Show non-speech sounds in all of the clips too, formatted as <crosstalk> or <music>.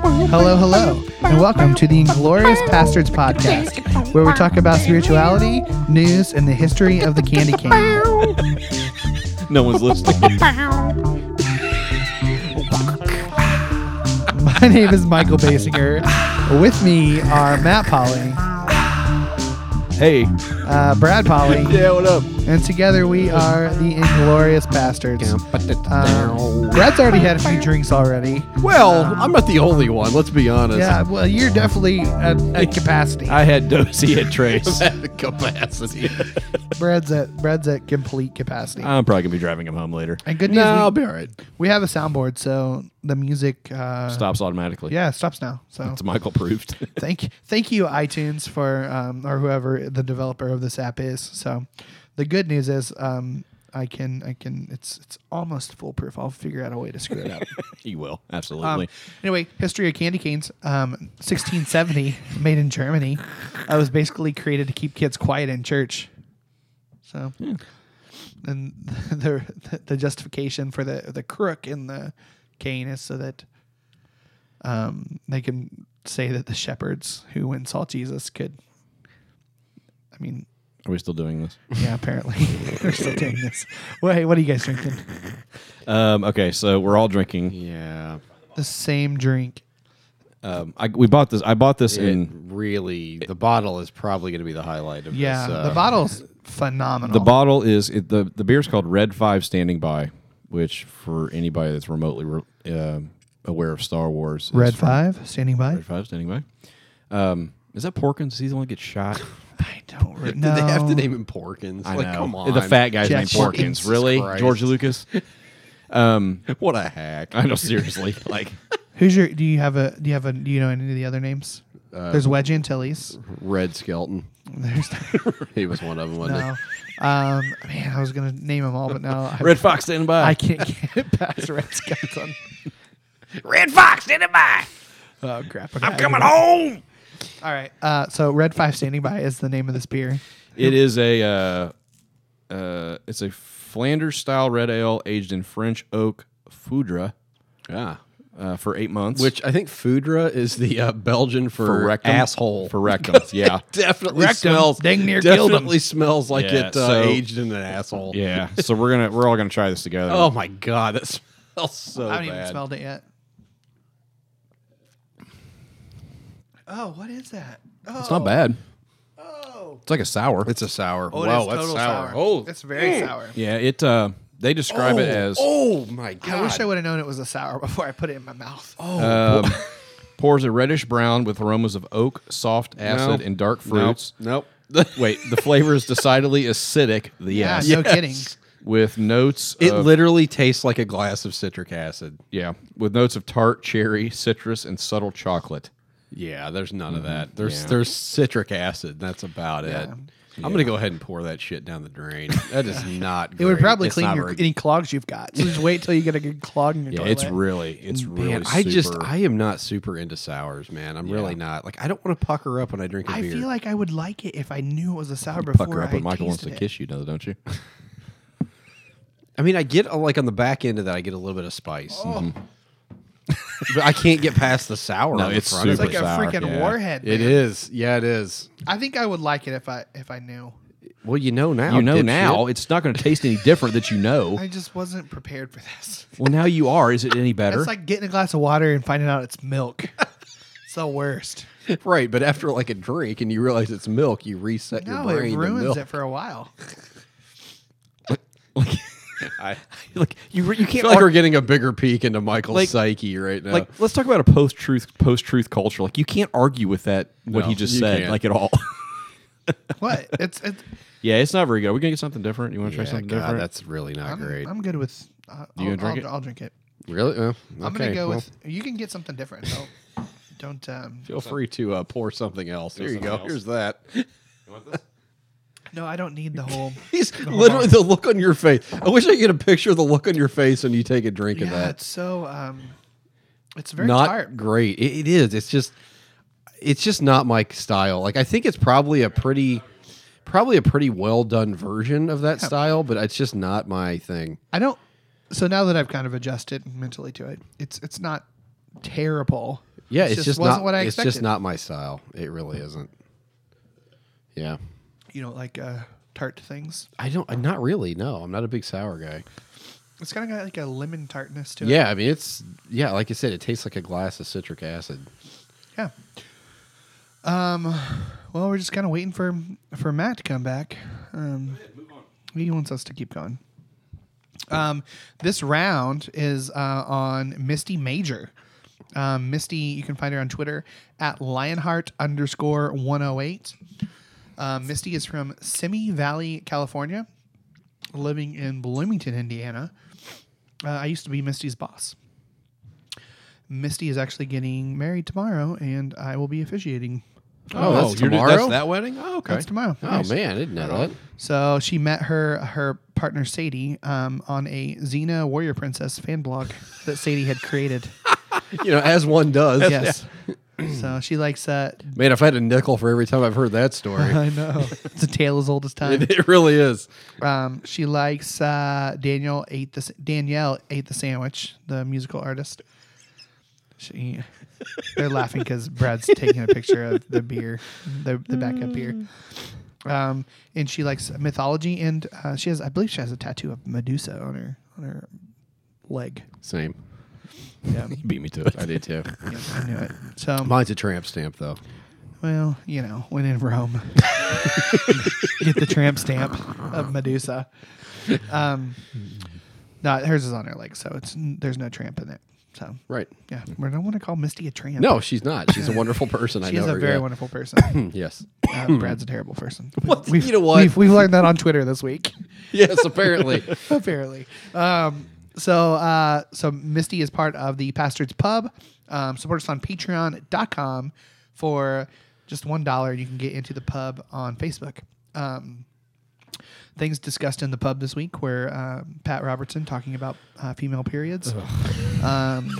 Hello, hello, and welcome to the Inglorious Pastards podcast, where we talk about spirituality, news, and the history of the candy cane. No one's listening. <laughs> My name is Michael Basinger. With me are Matt Polly, hey. uh, Brad Polly, what up? and together we are the Inglorious Bastards. Um, Brad's already had a few drinks already. Well, I'm not the only one. Let's be honest. Yeah, well, you're definitely at, at capacity. I had Dozy <laughs> at Trace. capacity. Brad's at Brad's at complete capacity. I'm probably gonna be driving him home later. And good news, Uh, no, I'll we, be all right. we have a soundboard, so the music uh, Stops automatically. Yeah, it stops now. So It's Michael proofed. thank thank you iTunes for um, or whoever the developer of this app is. So the good news is um, I can I can it's it's almost foolproof. I'll figure out a way to screw it up. <laughs> he will Um, absolutely. anyway, history of candy canes. Um, 1670, <laughs> made in Germany. I was basically created to keep kids quiet in church. So, and <laughs> the, the justification for the the crook in the cane is so that um they can say that the shepherds who went and saw Jesus could. I mean, Are we still doing this? yeah, apparently <laughs> they're still doing this. Well, hey, what are you guys drinking? Um, okay, so we're all drinking. Yeah. The same drink. Um, I, we bought this. I bought this It in. really, the bottle is probably going to be the highlight of Yeah, this. uh, <laughs> the bottle's phenomenal. The bottle is it, the the beer's called Red Five Standing By, which for anybody that's remotely re, um aware of Star Wars, is Red from- Five, standing by. Red Five Standing By. Um, is that Porkins? Is he the one that gets shot? I don't re- Did <laughs> they have no. to name him Porkins? I like, know. come on. The fat guy's Jack named Porkins. Jesus Really? Christ. George Lucas? What a hack. I know, seriously. like, Who's your? Do you have a? Do you have a? Do you know any of the other names? Um, There's Wedge <laughs> Antilles. Red Skelton. There's <laughs> <laughs> He was one of them, wasn't no. Um, man, I was gonna name them all, but no. I, <laughs> Red Fox standing by. I can't get it past Red Skelton. he? <laughs> Red Fox, did it by. Oh crap! I'm coming home. All right. Uh, so Red Five Standing By is the <laughs> name of this beer. It is a uh, uh, it's a Flanders style red ale aged in French oak foudre Yeah. uh, for eight months. Which I think Foudre is the uh, Belgian for, for rectum, asshole. for rectum. yeah, definitely Rectum, smells. dang near killed him. definitely smells like Yeah, it uh, so- aged in an asshole. yeah. So we're gonna we're all gonna try this together. Oh my god, that <laughs> smells so I haven't bad. even smelled it yet. Oh, what is that? Oh, it's not bad. It's like a sour. It's a sour. oh, it wow, is that's total sour. Oh, it's very sour. yeah. It uh, they describe it as Oh my I god. wish I would have known it was a sour <laughs> before I put it in my mouth. Oh, um, <laughs> pours a reddish brown with aromas of oak, soft acid, No. and dark fruits. Nope. Wait, the flavor is <laughs> decidedly acidic. The yeah, yes, no kidding. with notes. <laughs> It of, literally tastes like a glass of citric acid. yeah, with notes of tart, cherry, citrus, and subtle chocolate. Yeah, there's none of that. There's Yeah. there's citric acid. That's about it. I'm gonna go ahead and pour that shit down the drain. That <laughs> is not. It Great. would probably It's clean not your, very- any clogs you've got. So just wait till you get a good clog in your Yeah, toilet. it's really, it's really. Man, I just super- I am not super into sours, man. I'm really not. Like I don't want to pucker up when I drink a I beer. feel like I would like it if I knew it was a sour before pucker up I when Michael wants to tasted it. kiss you, though, don't you? I mean, I get uh, like on the back end of that, I get a little bit of spice. Mm-hmm. but I can't get past the sour. No, on it's the front super of It's like a it. sour, freaking yeah. warhead. It man. is. Yeah, it is. I think I would like it if I if I knew. Well, you know now. you know dipshit. now, it's not going to taste any different that you <laughs> know. I just wasn't prepared for this. Well, now you are. Is it any better? It's like getting a glass of water and finding out it's <laughs> milk. it's the worst. Right, but after like a drink and you realize it's milk, you reset your No, brain. it to ruins milk. it for a while. <laughs> I like you, re- you can't. feel like ar- we're getting a bigger peek into Michael's Like- psyche right now. like, let's talk about a post-truth, post-truth culture. Like, you can't argue with that what No, he just you said, can't. like at all. <laughs> What? It's it's. yeah, it's not very good. Are we gonna get something different? You want to try something different? that's really not I'm, great. I'm good with. Uh, I'll, You gonna drink I'll, it? I'll drink it. really? Uh, I'm okay, gonna go well, with. You can get something different. Don't. don't um, Feel free to uh, pour something else. Here you something go. else. Here's that. no, I don't need the <laughs> whole. He's literally the look on your face. I wish I could get a picture of the look on your face when you take a drink yeah, of that. it's so. Um, it's very not tart. great. It, it is. It's just it's just not my style. Like I think it's probably a pretty probably a pretty well done version of that style, but it's just not my thing. I don't. So now that I've kind of adjusted mentally to it, it's it's not terrible. Yeah, It's it's, just just wasn't not what I It's just expected. not my style. It really isn't. Yeah, You know, like uh, tart things. I don't. I'm Not really. No, I'm not a big sour guy. It's kind of got like a lemon tartness to it. Yeah, I mean it's yeah. Like I said, it tastes like a glass of citric acid. Yeah. Um, well, we're just kind of waiting for for Matt to come back. Um, he wants us to keep going. Um, this round is uh, on Misty Major. Um, Misty, you can find her on Twitter at Lionheart underscore one oh eight. Um, Misty is from Simi Valley, California, living in Bloomington, Indiana. Uh, I used to be Misty's boss. Misty is actually getting married tomorrow, and I will be officiating. Oh, that's you're- tomorrow? That's that wedding. Oh, okay. That's tomorrow. Oh Nice. man, I didn't know that. So she met her her partner Sadie um, on a Xena Warrior Princess fan blog that Sadie had <laughs> created. You know, as one does. <laughs> yes. so she likes that. Man, if I had a nickel for every time I've heard that <laughs> story, I know. It's a tale as old as time. it, it really is. Um, she likes uh, Daniel ate the Danielle ate the sandwich, the musical artist. She, they're laughing because Brad's taking a picture of the beer, the the backup beer. Um, and she likes mythology, and uh, she has, I believe, she has a tattoo of Medusa on her on her leg. Same. <laughs> Yeah, You beat me to it. I did too. yeah, I knew it. So, <laughs> Mine's a tramp stamp though. well, you know, when in <laughs> Rome, get the tramp stamp of Medusa. Um, no, hers is on her leg, so it's there's no tramp in it. So Right. yeah, we don't want to call Misty a tramp. No, she's not. <laughs> She's a wonderful person. I she's know a her, very yeah. Hmm, wonderful person. <laughs> Yes. Uh, Brad's a terrible person. <laughs> What? We've, You know what? We've, we've learned that on Twitter this week, Yes, apparently. <laughs> apparently. Um, so uh, so Misty is part of the Pastards Pub. Um, support us on Patreon.com for just one dollar. You can get into the pub on Facebook. Um, things discussed in the pub this week were um, Pat Robertson talking about uh, female periods, um,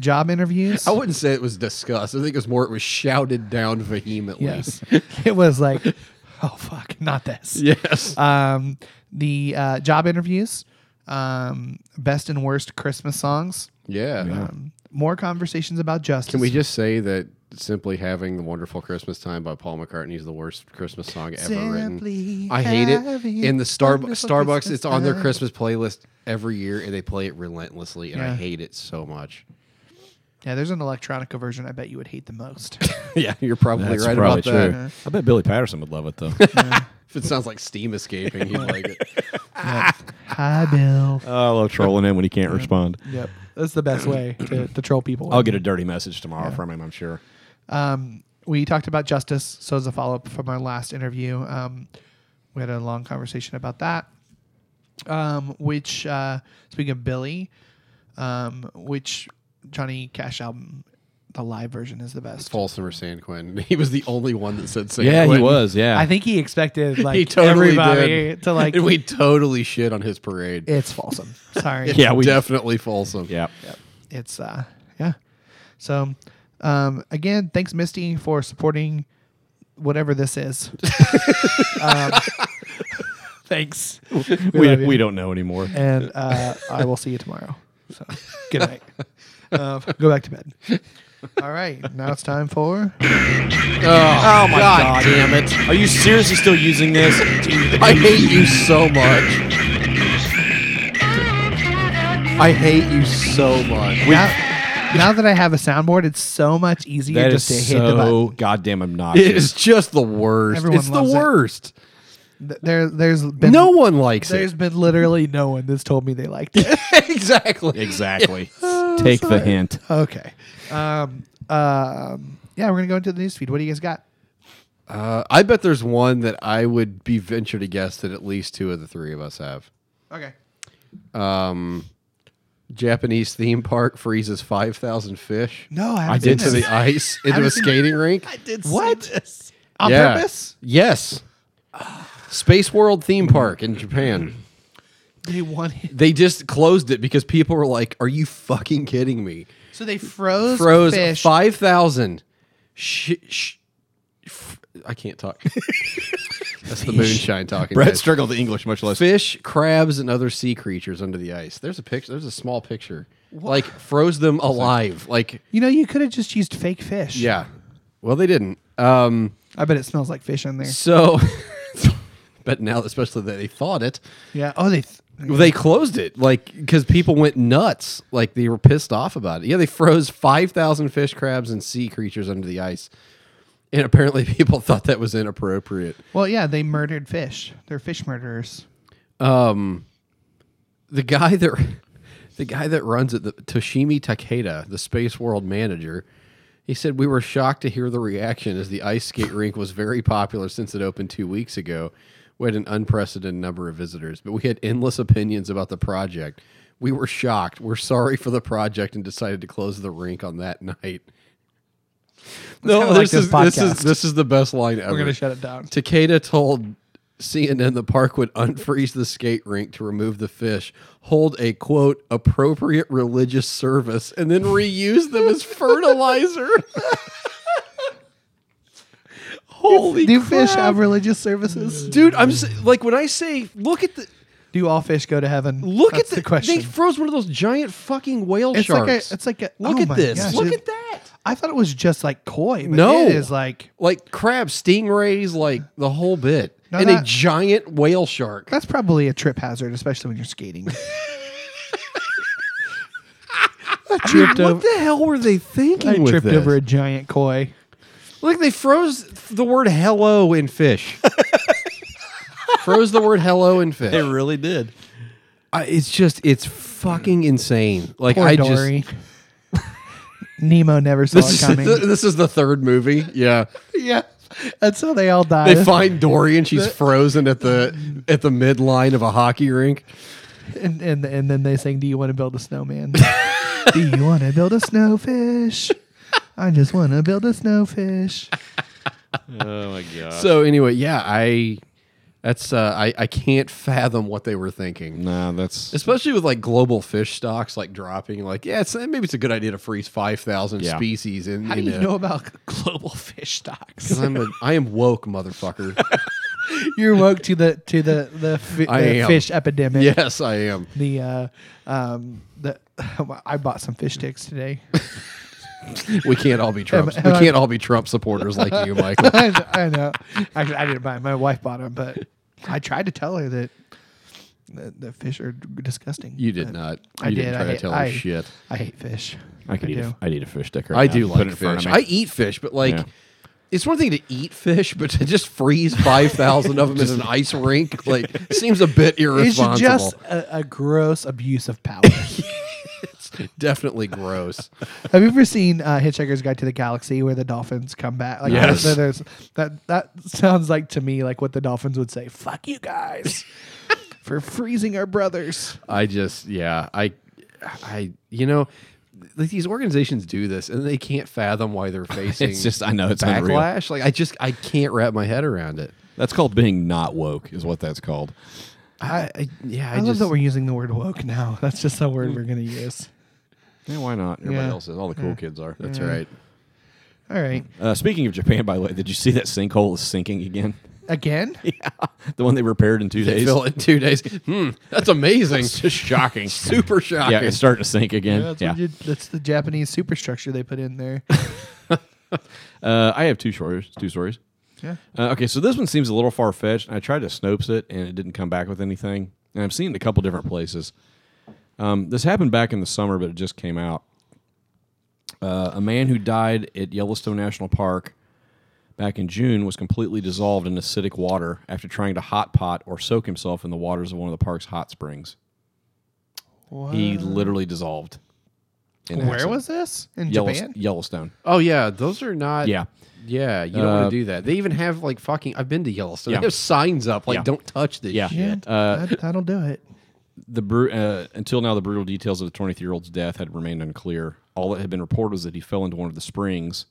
job interviews. I wouldn't say it was disgust. I think it was more it was shouted down vehemently. yes, <laughs> it was like, oh fuck, not this. Yes. Um, the uh, job interviews, um, best and worst Christmas songs, yeah. um, more conversations about justice. Can we just say that simply having the wonderful Christmas time by Paul McCartney is the worst Christmas song ever Simply written? I hate it. having In the Starbucks, wonderful Starbucks, Christmas it's on their time. Christmas playlist every year, and they play it relentlessly, and Yeah. I hate it so much. yeah, there's an electronica version. I bet you would hate the <laughs> most. yeah, <laughs> <laughs> you're probably That's right probably about that. true. I bet Billy Patterson would love it though. If it sounds like steam escaping, you'd like it. Hi, Bill. I love trolling him when he can't respond. Yep, that's the best way to, to troll people. I'll get a dirty message tomorrow from him. I'm sure. Um, we talked about justice, so as a follow up from our last interview, um, we had a long conversation about that. Um, which, uh, speaking of Billy, um, which Johnny Cash album, the live version is the best. Folsom or San Quentin. <laughs> He was the only one that said San Yeah, he Quentin. was. Yeah, I think <laughs> he expected like He totally everybody did. to <laughs> like. And <laughs> we totally shit on his parade. it's Folsom. Sorry. Yeah, we- definitely Folsom. Yeah. it's uh yeah so um again thanks misty for supporting whatever this <laughs> is um, thanks We, love you. we don't know anymore. <laughs> and uh i will see you tomorrow so good night uh, go back to bed all right now it's time for <laughs> Oh my god, damn it! Are you seriously still using this? I hate you so much. I hate you so much. now, now that i have a soundboard it's so much easier That just is to hit the button so goddamn obnoxious. It is just the worst. Everyone it's the loves it. worst. Th- there there's been no one likes there's it. been literally no one that's told me they liked it <laughs> <laughs> exactly. Exactly. Take the hint. <laughs> Okay. Um, um, yeah, we're gonna go into the newsfeed. What do you guys got? Uh, I bet there's one that I would be venture to guess that at least two of the three of us have. Okay. Um, Japanese theme park freezes five thousand fish No, I, haven't I seen did into this. <laughs> the ice into haven't a seen- skating rink. did What? on purpose. Yes. Space World theme park in Japan. They wanted They just closed it because people were like, "Are you fucking kidding me?" so they froze, Froze fish. five thousand. Sh- sh- f- I can't <laughs> talk. That's the moonshine talking. Brett <laughs> guys. struggled the English, much less. Fish, crabs, and other sea creatures under the ice. There's a picture. There's a small picture. like froze them alive. Like You know, you could have just used fake fish. yeah. Well, they didn't. Um, I bet it smells like fish in there. so, <laughs> but now especially that they thawed it, Yeah. Oh, they. Th- they closed it like because people went nuts. Like they were pissed off about it. Yeah, they froze five thousand fish, crabs, and sea creatures under the ice, and apparently <laughs> people thought that was inappropriate. well, yeah, they murdered fish. They're fish murderers. um the guy that <laughs> the guy that runs it the Toshimi Takeda, the space world manager, he said we were shocked to hear the reaction as the ice skate rink was very popular since it opened 2 weeks ago. We had an unprecedented number of visitors, but we had endless opinions about the project. We were shocked. We're sorry for the project and decided to close the rink on that night. kinda No, like this this, is, this is podcast. this is the best line ever. We're gonna shut it down. Takeda told CNN the park would unfreeze the skate rink to remove the fish, hold a quote appropriate religious service, and then reuse them as fertilizer. <laughs> Holy Do crap. fish have religious services? dude! I'm s like when I say look at the Do all fish go to heaven? look That's at the, the, question. They froze one of those giant fucking whale it's sharks. like a. It's like a. look oh at my this! gosh, look it- at that! I thought it was just like koi. But No. it is like Like crab, stingrays, like the whole bit, No, and a that- giant whale shark. that's probably a trip hazard, especially when you're <laughs> skating. Dude, what the hell were they thinking I with tripped this? over a giant koi. Look, they froze the word hello in <laughs> fish. froze the word hello in fish. really did. I, it's just, it's fucking insane. Like, Poor I Dory. just. <laughs> Nemo never saw This it is, coming. th- <laughs> this is the third movie. <laughs> Yeah, <laughs> yeah, that's how they all die. they find Dory and she's frozen at the at the midline of a hockey rink. and, and and then they sing, "Do you want to build a snowman? Do you want to build a snowfish? I just want to build a snowfish." Oh my god. So anyway, yeah, I that's uh, I I can't fathom what they were thinking. Nah, that's especially with like global fish stocks like dropping like yeah it's, maybe it's a good idea to freeze 5000 Yeah. species in How do in you a- know about <laughs> global fish stocks? <laughs> 'Cause I'm a, I am woke, motherfucker. <laughs> You're woke to the to the the, fi- I the am. fish epidemic. yes, I am. The uh, um, the <laughs> I bought some fish sticks today. <laughs> We can't all be Trump. We am I- can't all be Trump supporters like <laughs> you, Michael. I, know- I know. Actually, I didn't buy. 'em. My wife bought them, but I tried to tell her that that the fish are disgusting. You did but not. I you did. not I try to hate- tell I- her shit. I hate fish. I could eat. A, do. I'd eat a fish stick. Right I now. do Put it like in front fish. of I me. eat fish, but like, Yeah. it's one thing to eat fish, but to just freeze five thousand of <laughs> them in an ice rink, like, seems a bit It's irresponsible. just a, a gross abuse of <laughs> power. Definitely gross. Have you ever seen uh, Hitchhiker's Guide to the Galaxy where the dolphins come back? Like, Yes. there- there's- that that sounds like to me like what the dolphins would say. Fuck you <laughs> guys for freezing our brothers. I just yeah, I I you know like these organizations do this and they can't fathom why they're <laughs> facing It's just I know it's unreal. backlash. Like I just I can't wrap my head around it. That's called being not woke, is what that's called. I, I yeah, I, I, love just that we're using the word woke now. <laughs> That's just a word we're gonna use. Yeah, why not? Everybody Yeah. else is. All the cool kids are. That's right. All right, Uh, speaking of Japan, by the way, did you see that sinkhole is sinking again? <laughs> <laughs> again. Yeah, the one they repaired in two <laughs> They days. fill it in two days. Hmm, that's amazing. It's just shocking. <laughs> Super shocking. yeah, it's starting to sink again. that's, yeah. what you- that's the Japanese superstructure they put in <laughs> there. Uh, I have two stories. Two stories. Yeah. Uh, okay, so this one seems a little far fetched. I tried to Snopes it, and it didn't come back with anything. And I'm seeing it a couple different places. Um, this happened back in the summer, but it just came out. Uh, a man who died at Yellowstone National Park back in June was completely dissolved in acidic water after trying to hot pot or soak himself in the waters of one of the park's hot springs. He literally dissolved. in Where acid. was this in Yellow- Japan? Yellowstone. Oh yeah, those are not Yeah. Yeah, you don't Uh, want to do that. They even have like fucking I've been to Yellowstone. Yeah. They have signs up like Yeah. don't touch this Yeah. shit. Yeah, that, that'll do it. the bru- uh, until now the brutal details of the 23 year old's death had remained unclear. All that had been reported was that he fell into one of the springs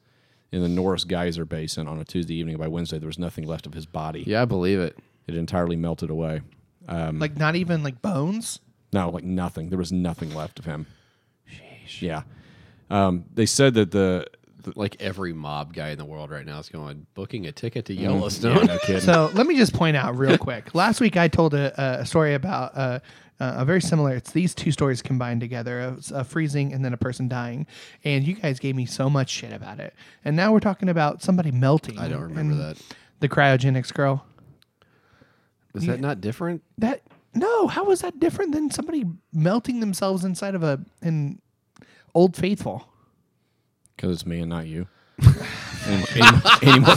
in the Norris Geyser Basin on a Tuesday evening. By Wednesday, there was nothing left of his body. Yeah, I believe it. It entirely melted away. Um, Like not even like bones. No, like nothing. There was nothing left of him. Yeah. Um, they said that the th- like every mob guy in the world right now is going booking a ticket to Yellowstone. Mm. No kidding. So let me just point out real quick. Last week I told a, a story about uh, uh, a very similar. It's these two stories combined together: a, a freezing and then a person dying. And you guys gave me so much shit about it. And now we're talking about somebody melting. <laughs> I don't remember and that. The cryogenics girl. Is that not different? That no, how is that different than somebody melting themselves inside of a an Old Faithful? Because it's me and not you. any, any- any more,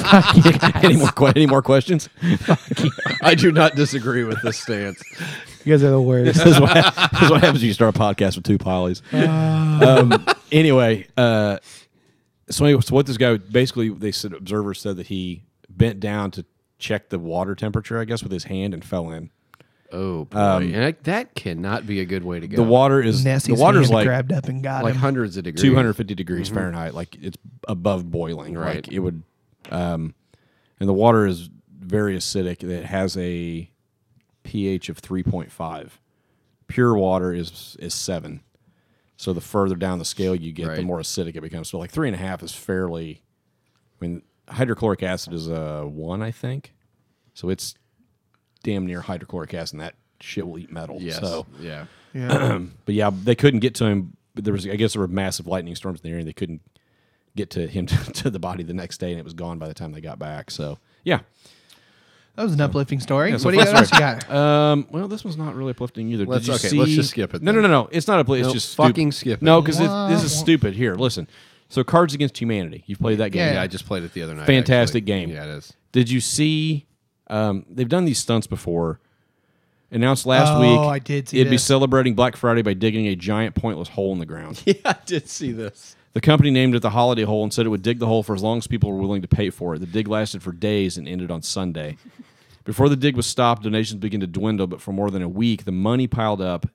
any, more, que- any more questions? I do not disagree with this stance. You guys are the worst. <laughs> this, is what, this is what happens when you start a podcast with two polys. Um, anyway, uh, so, anyway, so what this guy basically they said observers said that he bent down to check the water temperature, I guess, with his hand and fell in. Oh boy, and I, that cannot be a good way to go. The water is Nessie's the water's hand like grabbed up and got like <clears throat> him. hundreds of degrees. 250 degrees Fahrenheit, like it's above boiling. Mm-hmm. Right. Like it would, um, and the water is very acidic. It has a pH of 3.5. Pure water is is seven. So the further down the scale you get, the Right. more acidic it becomes. So like three and a half is fairly. I mean, hydrochloric acid is a one, I think. So it's damn near hydrochloric acid, and that shit will eat metal. Yes. So Yeah. Yeah. but yeah, they couldn't get to him. But There was, I guess, there were massive lightning storms in the area. and They couldn't get to him <laughs> to, the body the next day, and it was gone by the time they got back. So yeah. that was an uplifting story. so what do you fun what else you story. got? Um. Well, this one's not really uplifting either. Did Let's- you okay, let's see- just skip it No, then. no, no, no. It's not a. It's No, just fucking stupid. skip it. No, because this is stupid. Here, listen. So, Cards Against Humanity. You've played that game. Yeah. Yeah, I just played it the other night. Fantastic actually. game. Yeah, it is. Did you see? Um, they've done these stunts before. Announced last Oh, week, I did see it'd be this. celebrating Black Friday by digging a giant pointless hole in the ground. <laughs> Yeah, I did see this. The company named it the Holiday Hole and said it would dig the hole for as long as people were willing to pay for it. The dig lasted for days and ended on <laughs> Sunday. Before the dig was stopped, donations began to dwindle, but for more than a week, the money piled up,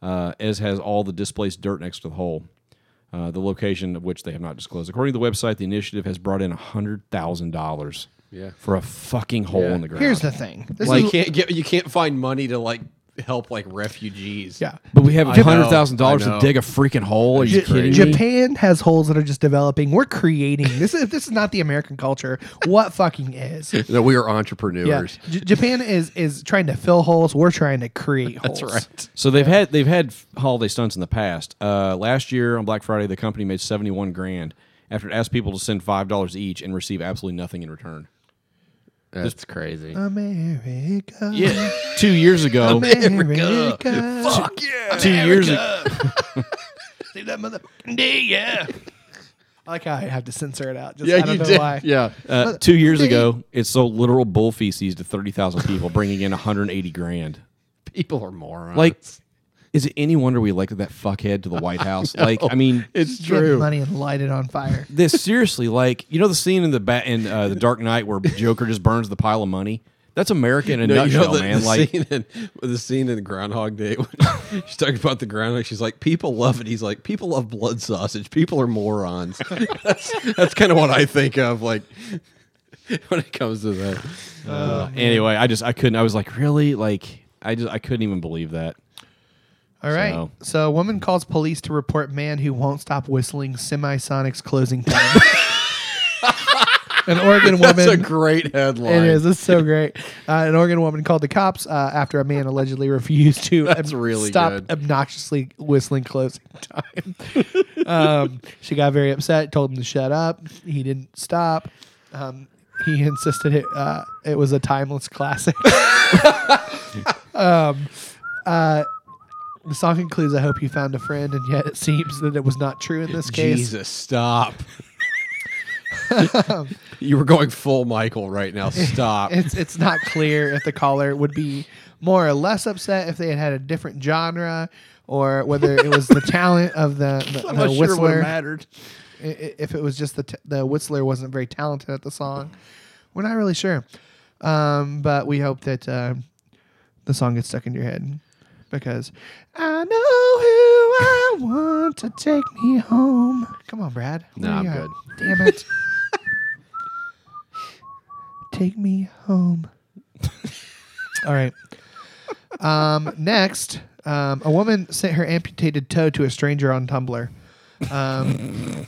uh, as has all the displaced dirt next to the hole, uh, the location of which they have not disclosed. According to the website, the initiative has brought in $100,000 Yeah. for a fucking hole Yeah. in the ground. Here's the thing. This Like, you is can't get you can't find money to like help like refugees. yeah. but we have I know, $100,000 I to know. dig a freaking hole. Are you Ja- kidding me? Japan has holes that are just developing. We're creating. This is this is not the American culture. What fucking <laughs> is? No, we are Yeah. entrepreneurs. J- Japan is is trying to fill holes. We're trying to create holes. <laughs> That's right. So they've had they've had holiday stunts in the past. Uh, last year on Black Friday, the company made seventy one grand after it asked people to send five dollars each and receive absolutely nothing in return. That's crazy. America. Yeah, two years <laughs> ago, America. Fuck yeah. two years ago, Save that motherfucking day, yeah. <laughs> I like how I have to censor it out. Just, I <laughs> Yeah, don't you know did. why. Yeah. uh, two years ago, it sold literal bull feces to thirty thousand people, bringing in one hundred and eighty grand. People are morons. Like, is it any wonder we elected that fuckhead to the <laughs> White House? like, I mean, it's Get true. money and light it on fire. this seriously, like you know the scene in the bat in uh, the Dark Knight where Joker just burns the pile of money. That's America in a No, you nutshell, know the, <laughs> man. the like, scene in, the scene in Groundhog Day. <laughs> When she's talking about the groundhog. She's like, "People love it." He's like, "People love blood sausage. People are morons." <laughs> that's that's kind of what I think of, like <laughs> when it comes to that. Oh, Uh, anyway, I just I couldn't. I was like, really? Like I just I couldn't even believe that. All right. So- So, a woman calls police to report man who won't stop whistling semisonic's closing <laughs> time. An Oregon woman. That's a great headline. It is. It's <laughs> so great. Uh, an Oregon woman called the cops uh, after a man allegedly refused to <laughs> That's really stop good. obnoxiously whistling closing <laughs> time. um, she got very upset, told him to shut up. He didn't stop. Um, he insisted it uh, it was a timeless classic. <laughs> um, uh, the song includes "I hope you found a friend," and yet it seems that it was not true in this case. <laughs> Jesus, stop. you were going full Michael right now. Stop. it's it's not clear if the caller would be more or less upset if they had had a different genre or whether it was the talent of the, the, the whistler I- <laughs> mattered. i- if it was just the t- the whistler wasn't very talented at the song we're not really sure um, but we hope that uh, the song gets stuck in your head because I know who I want to take me home. Come on, Brad. No, What do you I'm got? Damn it. take me home. All right. Um, next, um, a woman sent her amputated toe to a stranger on Tumblr. Um,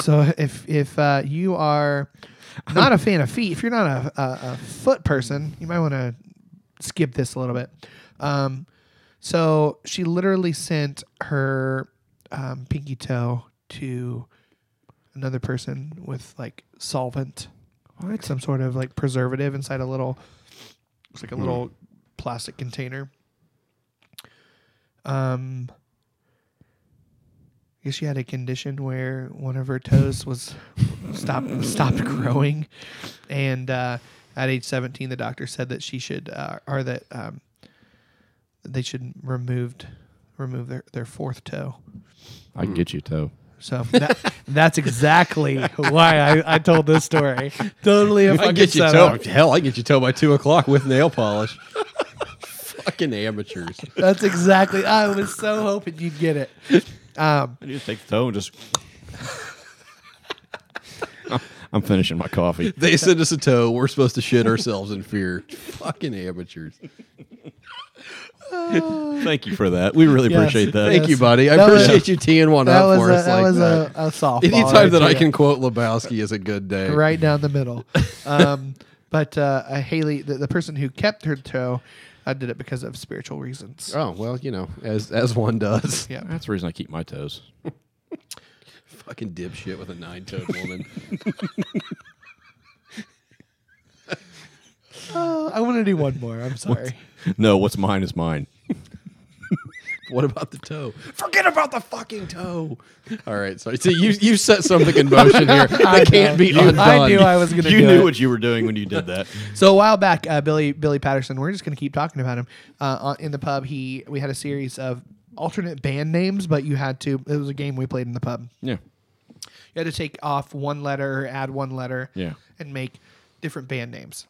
So if if uh, you are not a fan of feet, if you're not a, a, a foot person, you might want to skip this a little bit. Um, so she literally sent her um, pinky toe to another person with like solvent, what? some sort of like preservative inside a little, it's like a little plastic container. Um, I guess she had a condition where one of her toes was stopped <laughs> stopped growing, and uh, at age seventeen, the doctor said that she should uh, or that um, they should removed remove their, their fourth toe. I can get you toe. So <laughs> that, that's exactly why I, I told this story. Totally, if I can get you toe. Hell, I can get you toe by two o'clock with nail polish. <laughs> Fucking amateurs. That's exactly. I was so hoping you'd get it. Um, I just take the toe and just. <laughs> I'm finishing my coffee. They send us a toe. We're supposed to shit ourselves in fear. Fucking amateurs. Thank you for that. We really Yes. appreciate that. Thank Yes. you, buddy. I That was- appreciate you teeing one that up was for a, us. that like was that. a, a softball. <laughs> Anytime that I tell ya. can quote Lebowski is a good day. right down the middle. Um, but uh, uh, Haley, the, the person who kept her toe, I did it because of spiritual reasons. Oh well, you know, as as one does. Yeah. That's the reason I keep my toes. Fucking dipshit with a nine toed woman. <laughs> Uh, I want to do one more. I'm sorry. <laughs> No, what's mine is mine. what about the toe? Forget about the fucking toe. All right, so, so you you set something in <laughs> <laughs> motion here that can't be undone. I knew I was going to You do knew it. what you were doing when you did that. So a while back, uh, Billy Billy Patterson. We're just going to keep talking about him. Uh, on- in the pub, he we had a series of alternate band names, but you had to. It was a game we played in the pub. <laughs> yeah. You had to take off one letter, add one letter, Yeah. and make different band names.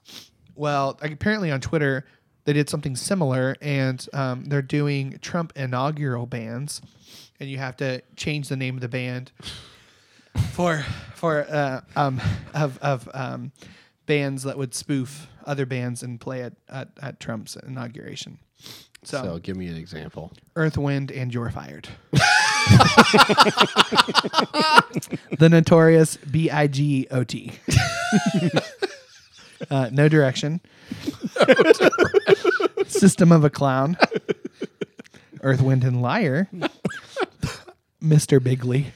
Well, like, apparently on Twitter, they did something similar, and um, they're doing Trump inaugural bands, and you have to change the name of the band for for uh, um, of of um, bands that would spoof other bands and play at at, at Trump's inauguration. So, So give me an example. Earth, Wind, and You're Fired. the notorious B I G O T. Uh, no direction. System of a clown. Earth, Wind, and Liar. Mr. Bigley.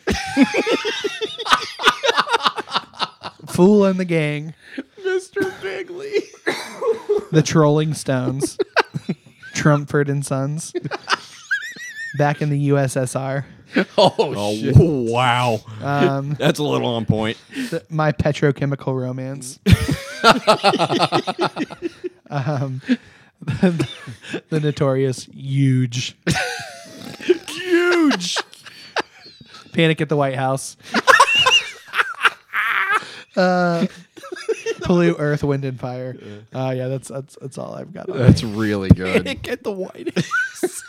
Fool and the Gang. Mr. Bigley. The Trolling Stones, Trumford and Sons, back in the USSR, Oh, Oh, shit. wow. um, That's a little on point. th- my petrochemical <laughs> romance, um, <laughs> the, the notorious huge, huge, Panic at the White <laughs> House, uh, Blue Earth, Wind and Fire. Uh, yeah, that's that's that's all I've got. On That's really <laughs> good. at the White <laughs> House.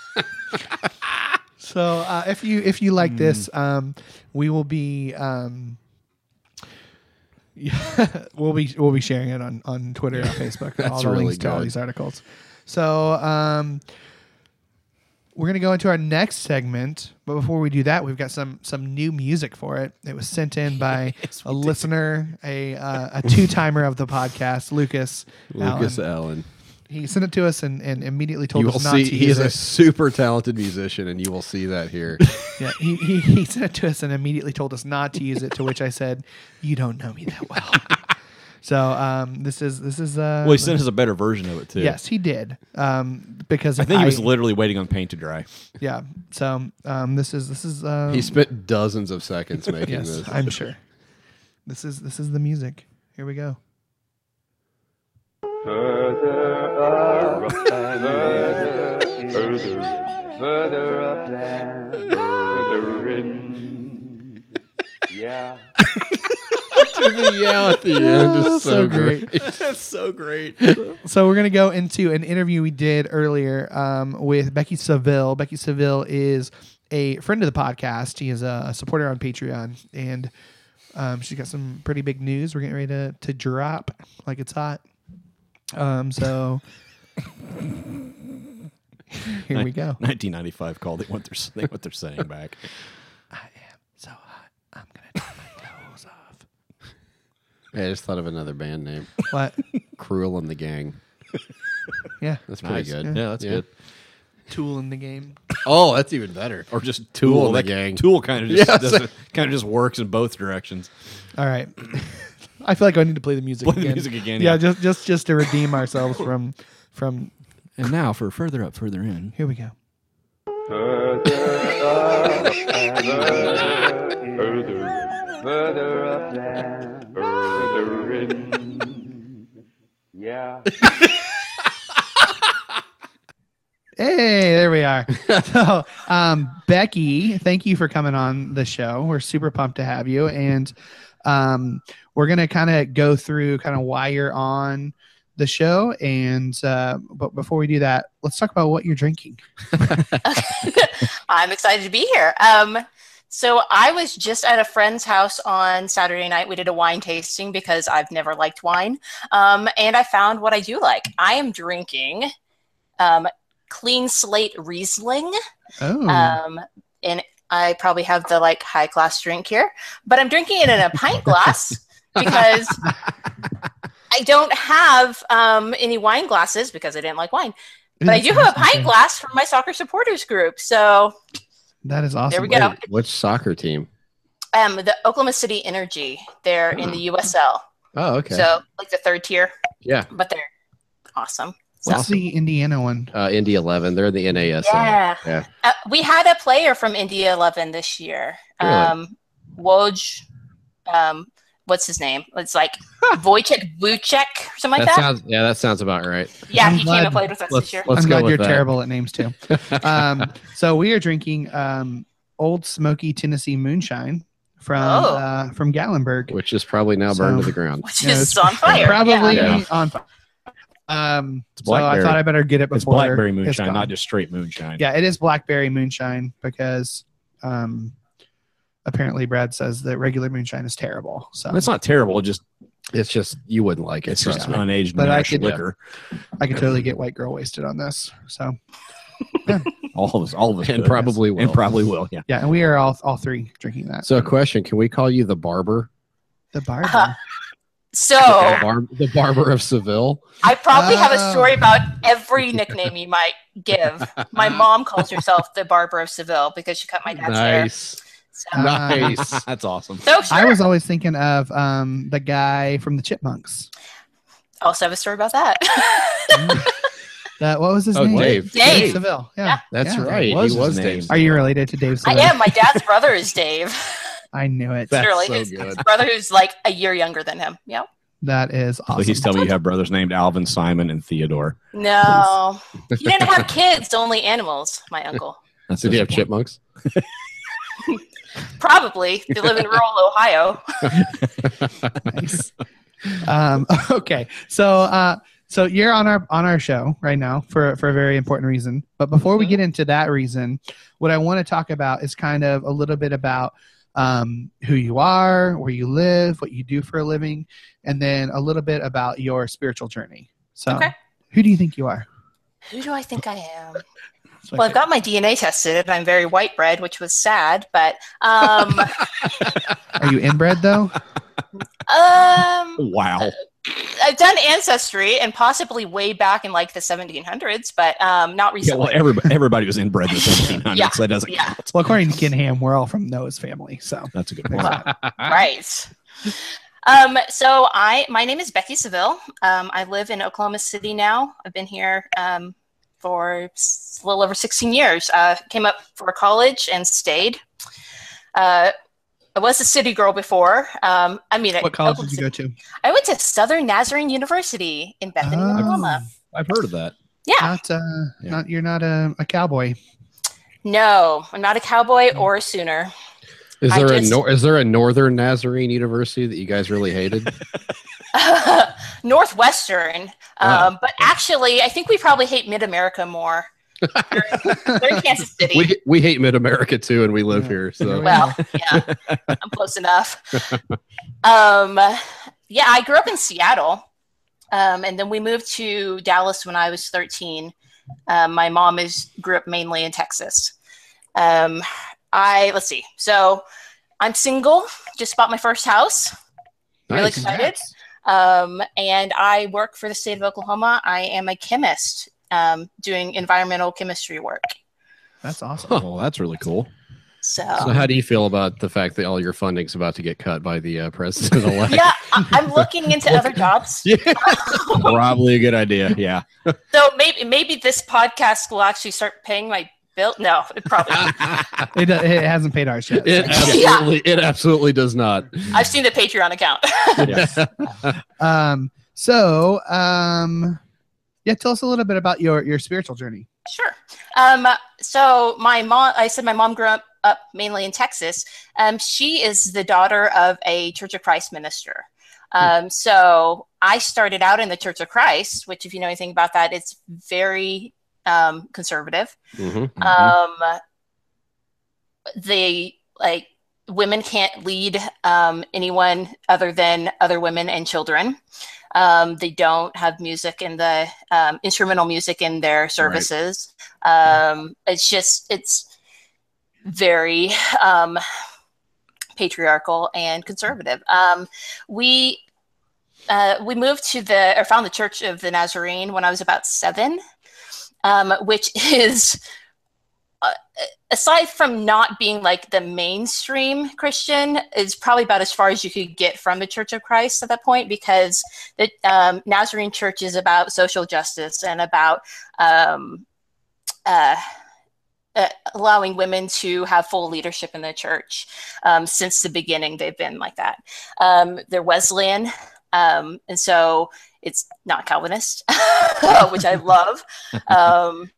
so uh, if you if you Hmm. like this, um, we will be um, <laughs> we'll be we'll be sharing it on on Twitter and <laughs> Facebook. all the really links to all good. these articles. So um, we're gonna go into our next segment, but before we do that, we've got some some new music for it. It was sent <laughs> in by a listener, a uh, a two timer of the podcast, Lucas. Lucas Allen Allen. he sent it to us and, and immediately told You will us not see to he use is a it. super talented musician, and you will see that here. Yeah, he, he, he sent it to us and immediately told us not to use it. To which I said, "You don't know me that well." <laughs> so um, this is this is uh, Well, he sent us a better version of it, too. yes, he did um, because I think he was literally waiting on paint to dry. yeah. So um, this is this is um, He spent dozens of seconds making yes, this. <laughs> I'm sure. This is this is the music. Here we go. Further up, further, further, further up, further in. Yeah. the yell at the end is so, great. That's so great. So we're gonna go into an interview we did earlier um, with Becky Seville. Becky Seville is a friend of the podcast. She is a supporter on Patreon, and um, she's got some pretty big news. We're getting ready to, to drop like it's hot. Um, so <laughs> here we go. 1995 called. They want their, they want their saying back. <laughs> So hot, I'm gonna drop my Hey, I just thought of another band name, <laughs> What? Cruel and the Gang. Yeah. That's pretty Nice. good. <laughs> Yeah, that's good. Tool in the game. Oh, that's even better. Or just Tool tool. and the that Gang. Tool kind of just Yes. doesn't kind of just works in both directions. All right. <laughs> I feel like I need to play the music Play the again. music again, Yeah, yeah. just just just to redeem ourselves <laughs> from from And now for further up, further in. here we go. Further up and further, further up and further in. Yeah. Hey, there we <laughs> are. so, um, Becky, thank you for coming on the show. We're super pumped to have you, and um, we're gonna kind of go through kind of why you're on the show. And uh, but before we do that, let's talk about what you're drinking. I'm excited to be here. Um, so I was just at a friend's house on Saturday night. We did a wine tasting because I've never liked wine, um, and I found what I do like. I am drinking um, Clean Slate Riesling. Oh, Um, and I probably have the like high class drink here, but I'm drinking it in a pint glass because I don't have um, any wine glasses because I didn't like wine. But I do have a pint glass from my soccer supporters group. So That is awesome. there we go. Wait, which soccer team? Um, the Oklahoma City Energy. They're in the USL, Oh, Mm. okay. so like the third tier, yeah. but they're awesome. So, What's the Indiana one? Uh, Indy 11. They're in the NASL. yeah, Yeah. uh, we had a player from India Eleven this year. Um, Woj, um, what's his name? It's like Wojciech Wuchek or something like that that. sounds. Yeah, that sounds about right. yeah, I'm he came glad- and played with us this year. Let's I'm go glad with Uh, you're that. terrible at names too. <laughs> um, so we are drinking um, Old Smoky Tennessee Moonshine from Oh. uh, from Gallenberg. Which is probably now burned So- to the ground. Which Yeah, is it's on fire. Probably Yeah. Yeah. on fire. Um, so I blackberry. thought I better get it before It's blackberry it's moonshine, gone. not just straight moonshine. yeah, it is blackberry moonshine because um, apparently Brad says that regular moonshine is terrible. So It's not terrible. It just It's just you wouldn't like it. it's trust just me. unaged But I mash could- liquor. I could totally get white girl wasted on this. So All of us, all of us, And could. probably will. and probably will. Yeah. yeah, and we are all all three drinking that. So, a question: Can we call you the barber? the Uh, bar. <laughs> Uh-huh. The, So bar- the barber of Seville. I probably have Oh. a story about <laughs> every nickname you might give. My mom calls herself the Barber of Seville because she cut my dad's hair. Nice, So, Uh, nice. That's awesome. so I Oh, sure. was always thinking of um, the guy from the Chipmunks. also Oh, have a story about <laughs> that. That what was his Oh, name? Dave. Dave. Seville. Yeah, That's Yeah. right. was he his was name. Dave's. Are you related to Dave I Seville? am. My dad's brother is Dave. <laughs> I knew it. That's Literally, so his, his good. brother who's like a year younger than him. Yep. That is awesome. Please tell me you have brothers named Alvin, Simon, and Theodore. No, <laughs> he didn't have kids. Only animals. My uncle. That's Did he have disappointing. chipmunks? Probably. They live in rural Ohio. nice. Um, <laughs> okay, so uh, so you're on our on our show right now for for a very important reason. But before we Mm-hmm. get into that reason, what I want to talk about is kind of a little bit about um, who you are, where you live, what you do for a living, and then a little bit about your spiritual journey. So, Okay. who do you think you are? Who do I think I am? That's what Well, I I've got my DNA tested, and I'm very white bread, which was sad. But <laughs> um, think. are you inbred though? um, Wow. I've done ancestry and possibly way back in like the 1700s, but um, not Yeah, well, recently. everybody, everybody was inbred in the 1700s. Yeah. so that doesn't Yeah. count. <laughs> Well, according to Ken Ham, we're all from Noah's family. So, That's a good there's point. that. right. Um, so I, my name is Becky Seville. Um, I live in Oklahoma City now. I've been here um, for s- a little over 16 years. Uh, came up for college and stayed. Uh, I was a city girl before. Um, I mean, what college did you go to? I went to Southern Nazarene University in Bethany, Oh. Oklahoma. I've heard of that. Yeah. Not, uh, Yeah. not you're not a, a cowboy. No, I'm not a cowboy or a sooner. Is I there a just- nor- is there a Northern Nazarene University that you guys really hated? <laughs> Northwestern. Oh. Um, but actually, I think we probably hate Mid <laughs> America more. they're, they're in Kansas City. we we hate Mid America too, and we live Yeah. here. So well, yeah, I'm <laughs> close enough. Um, yeah, I grew up in Seattle. Um, and then we moved to Dallas when I was 13. Um, my mom is grew up mainly in Texas. Um, I let's see. So I'm single. Just bought my first house. Really Nice. excited. Um, and I work for the state of Oklahoma. I am a chemist um, doing environmental chemistry work. That's awesome. <laughs> Huh, well, that's really cool. So, So, how do you feel about the fact that all your funding's about to get cut by the uh, president elect? <laughs> yeah, I, I'm looking into other jobs. Probably a good idea. Yeah. So maybe maybe this podcast will actually start paying my bill. No, it probably. It, do- it hasn't paid ours yet. It absolutely, it absolutely does not. I've seen the Patreon account. Yes. Um, so, um, yeah, tell us a little bit about your your spiritual journey. Sure. Um, so my mom, I said my mom grew up, up mainly in Texas. Um, she is the daughter of a Church of Christ minister. Um, so I started out in the Church of Christ, which, if you know anything about that, it's very um, conservative. Mhm. Um, the like women can't lead um, anyone other than other women and children. Um, they don't have music in the um, instrumental music in their services. Um, it's just it's very um, patriarchal and conservative. Um, we uh, we moved to the or found the Church of the Nazarene when I was about seven, um, which is uh, aside from not being like the mainstream Christian, is probably about as far as you could get from the Church of Christ at that point because the um, Nazarene Church is about social justice and about um, uh, uh, allowing women to have full leadership in the church. Um, since the beginning, they've been like that. Um, they're Wesleyan, um, and so it's not Calvinist, <laughs> which I love. Um,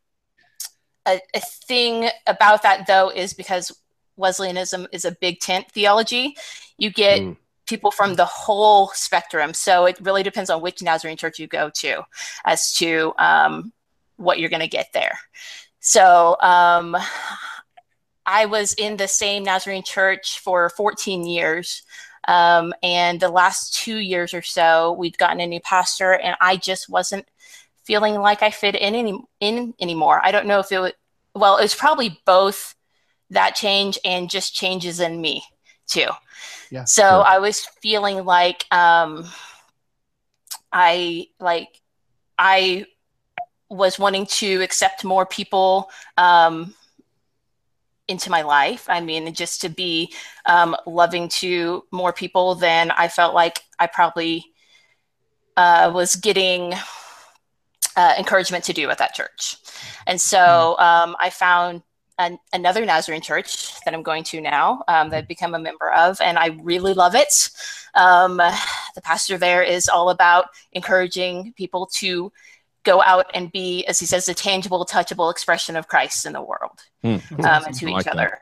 a, a thing about that though is because Wesleyanism is a big tent theology, you get Mm. people from the whole spectrum. So it really depends on which Nazarene church you go to as to um, what you're going to get there. So um, I was in the same Nazarene church for 14 years. Um, and the last two years or so, we'd gotten a new pastor, and I just wasn't feeling like I fit in any in anymore. I don't know if it was well, it was probably both that change and just changes in me too. Yeah, So I was feeling like um I like I was wanting to accept more people um into my life. I mean, just to be um, loving to more people than I felt like I probably uh, was getting uh, encouragement to do at that church. And so um, I found an, another Nazarene church that I'm going to now um, that I've become a member of, and I really love it. Um, the pastor there is all about encouraging people to go out and be, as he says, a tangible, touchable expression of Christ in the world Hmm. um, and to I each like that. other.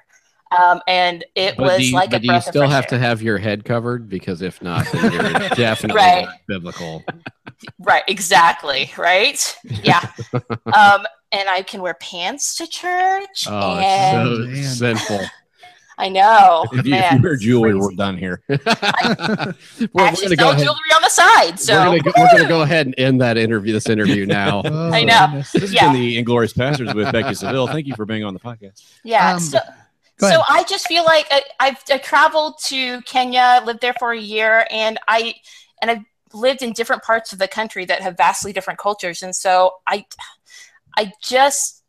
Um, and it But was do you, like but a do you breath of still fresh have to air. have your head covered? Because if not, then <laughs> you're definitely Right. not biblical. Right, exactly. Right? <laughs> Yeah. um, and I can wear pants to church. Oh, and so it's Man. so sinful. <laughs> I know. If you, if man, you wear jewelry, crazy. we're done here. Well, <laughs> I we're gonna go actually sell ahead. jewelry on the side. So We're gonna go- we're gonna go ahead and end that interview. This <laughs> interview now. Oh, I know. goodness. This has Yeah. been the Inglorious Pastors with Becky Seville. Thank you for being on the podcast. yeah. Um, so, go so ahead. I just feel like I, I've I traveled to Kenya, lived there for a year, and I and I've lived in different parts of the country that have vastly different cultures, and so I I just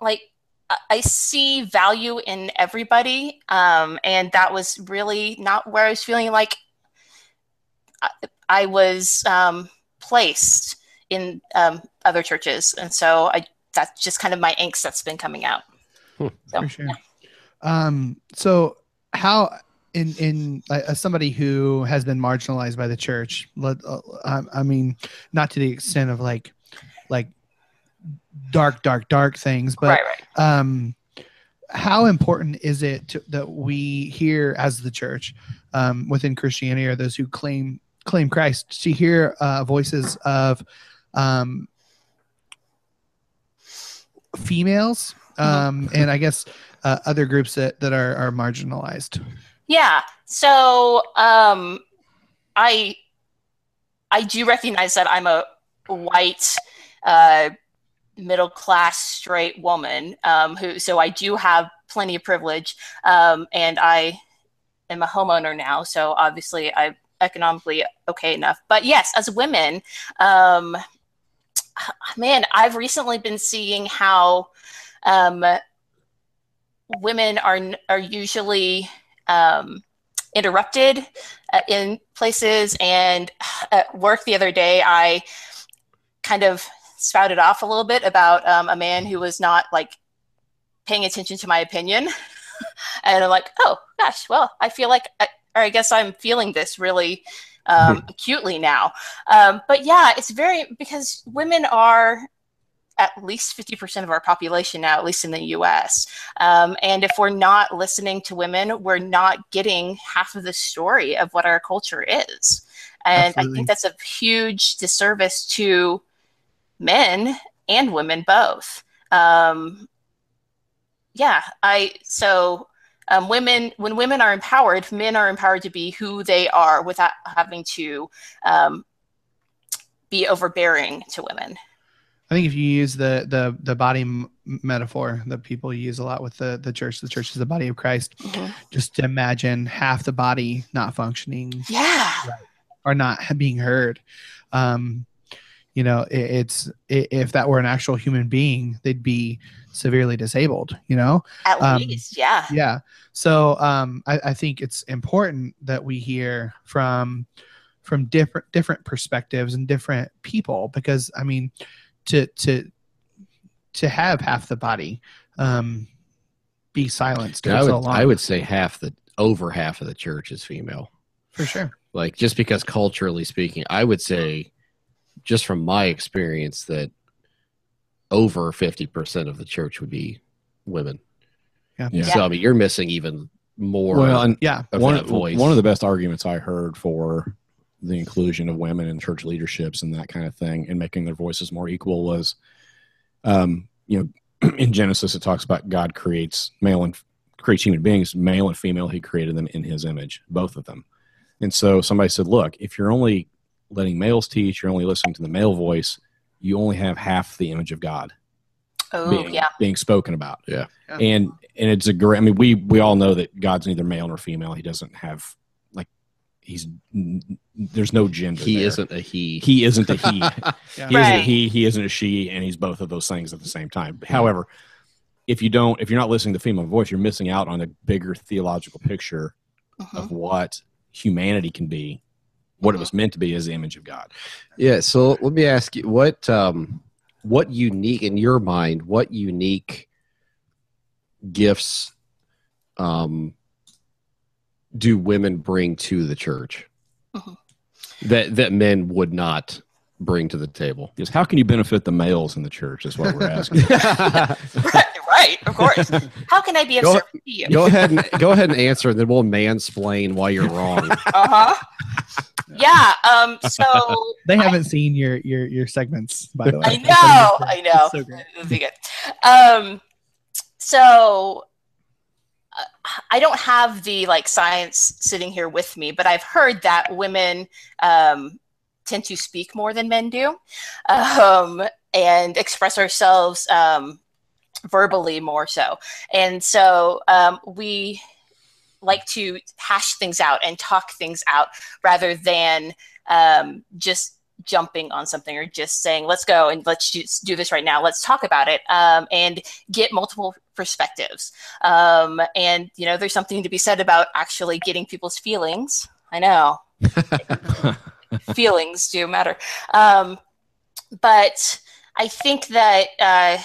like I- I see value in everybody, um, and that was really not where I was feeling like I, I was um, placed in um, other churches, and so I that's just kind of my angst that's been coming out. So, for sure. Um, so how in in like, as somebody who has been marginalized by the church, let, uh, I, I mean, not to the extent of like like dark, dark, dark things, but right, right. um, how important is it to, that we here as the church um, within Christianity or those who claim claim Christ to hear uh, voices of um, females um, and I guess uh, other groups that, that are, are marginalized. Yeah. So um, I I do recognize that I'm a white, uh, middle class straight woman. Um, who so I do have plenty of privilege, um, and I am a homeowner now. So obviously I economically okay enough. But yes, as women, um, <sighs> man, I've recently been seeing how um, women are n- are usually um, interrupted uh, in places. And uh, at work the other day, I kind of spouted off a little bit about um, a man who was not like paying attention to my opinion. and I'm like, oh gosh, well, I feel like, I, or I guess I'm feeling this really um, acutely now. Um, but yeah, it's very because women are at least 50% of our population now, at least in the US. Um, and if we're not listening to women, we're not getting half of the story of what our culture is. And I Absolutely. think that's a huge disservice to men and women both. Um, yeah, I so um, women when women are empowered, men are empowered to be who they are without having to um, be overbearing to women. I think if you use the the the body m- metaphor that people use a lot with the the church, the church is the body of Christ. Mhm. Just imagine half the body not functioning Yeah. or not <laughs> ha- being heard. Um, you know, i it's i if that were an actual human being, they'd be severely disabled. You know, At Um, least, yeah. yeah so um I, I think it's important that we hear from from different different perspectives and different people because i mean to to to have half the body um be silenced I for would, so long I would say half the over half of the church is female. for sure Like just because culturally speaking, I would say just from my experience that over 50% of the church would be women. Yeah. Yeah. So I mean, you're missing even more Well, and yeah of one, that voice. one of the best arguments I heard for the inclusion of women in church leaderships and that kind of thing and making their voices more equal was, um, you know, <clears throat> in Genesis it talks about God creates male and creates human beings, male and female. He created them in His image, both of them. And so somebody said, "Look, if you're only letting males teach, you're only listening to the male voice, you only have half the image of God." Oh, being, yeah. being spoken about. Yeah. Yeah. And and it's a great I mean we we all know that God's neither male nor female. He doesn't have like he's n- there's no gender. he there. isn't a he. he isn't a <laughs> he. yeah He isn't a Right. he, he isn't a she, and he's both of those things at the same time. However, if you don't if you're not listening to the female voice, you're missing out on a bigger theological picture Mhm. of what humanity can be, what it was meant to be as the image of God. Yeah. So let me ask you what um, what unique in your mind, what unique gifts um, do women bring to the church Mhm. that that men would not bring to the table? <laughs> <laughs> Because how can you benefit the males in the church is what we're asking. <laughs> right, right, of course. How can I be of Go- service to you? go ahead and go ahead and answer, and then we'll mansplain why you're wrong. Uh huh. Yeah. Um. So they haven't seen your your your segments by the way I know. I know. It's so great. It'll be good. Um, so uh, I don't have the like science sitting here with me, but I've heard that women um, tend to speak more than men do, um, and express ourselves um, verbally more so. And so um, we like to hash things out and talk things out rather than um, just jumping on something or just saying let's go and let's just do this right now let's talk about it um, and get multiple perspectives um, and you know there's something to be said about actually getting people's feelings i know feelings do matter um, but i think that uh,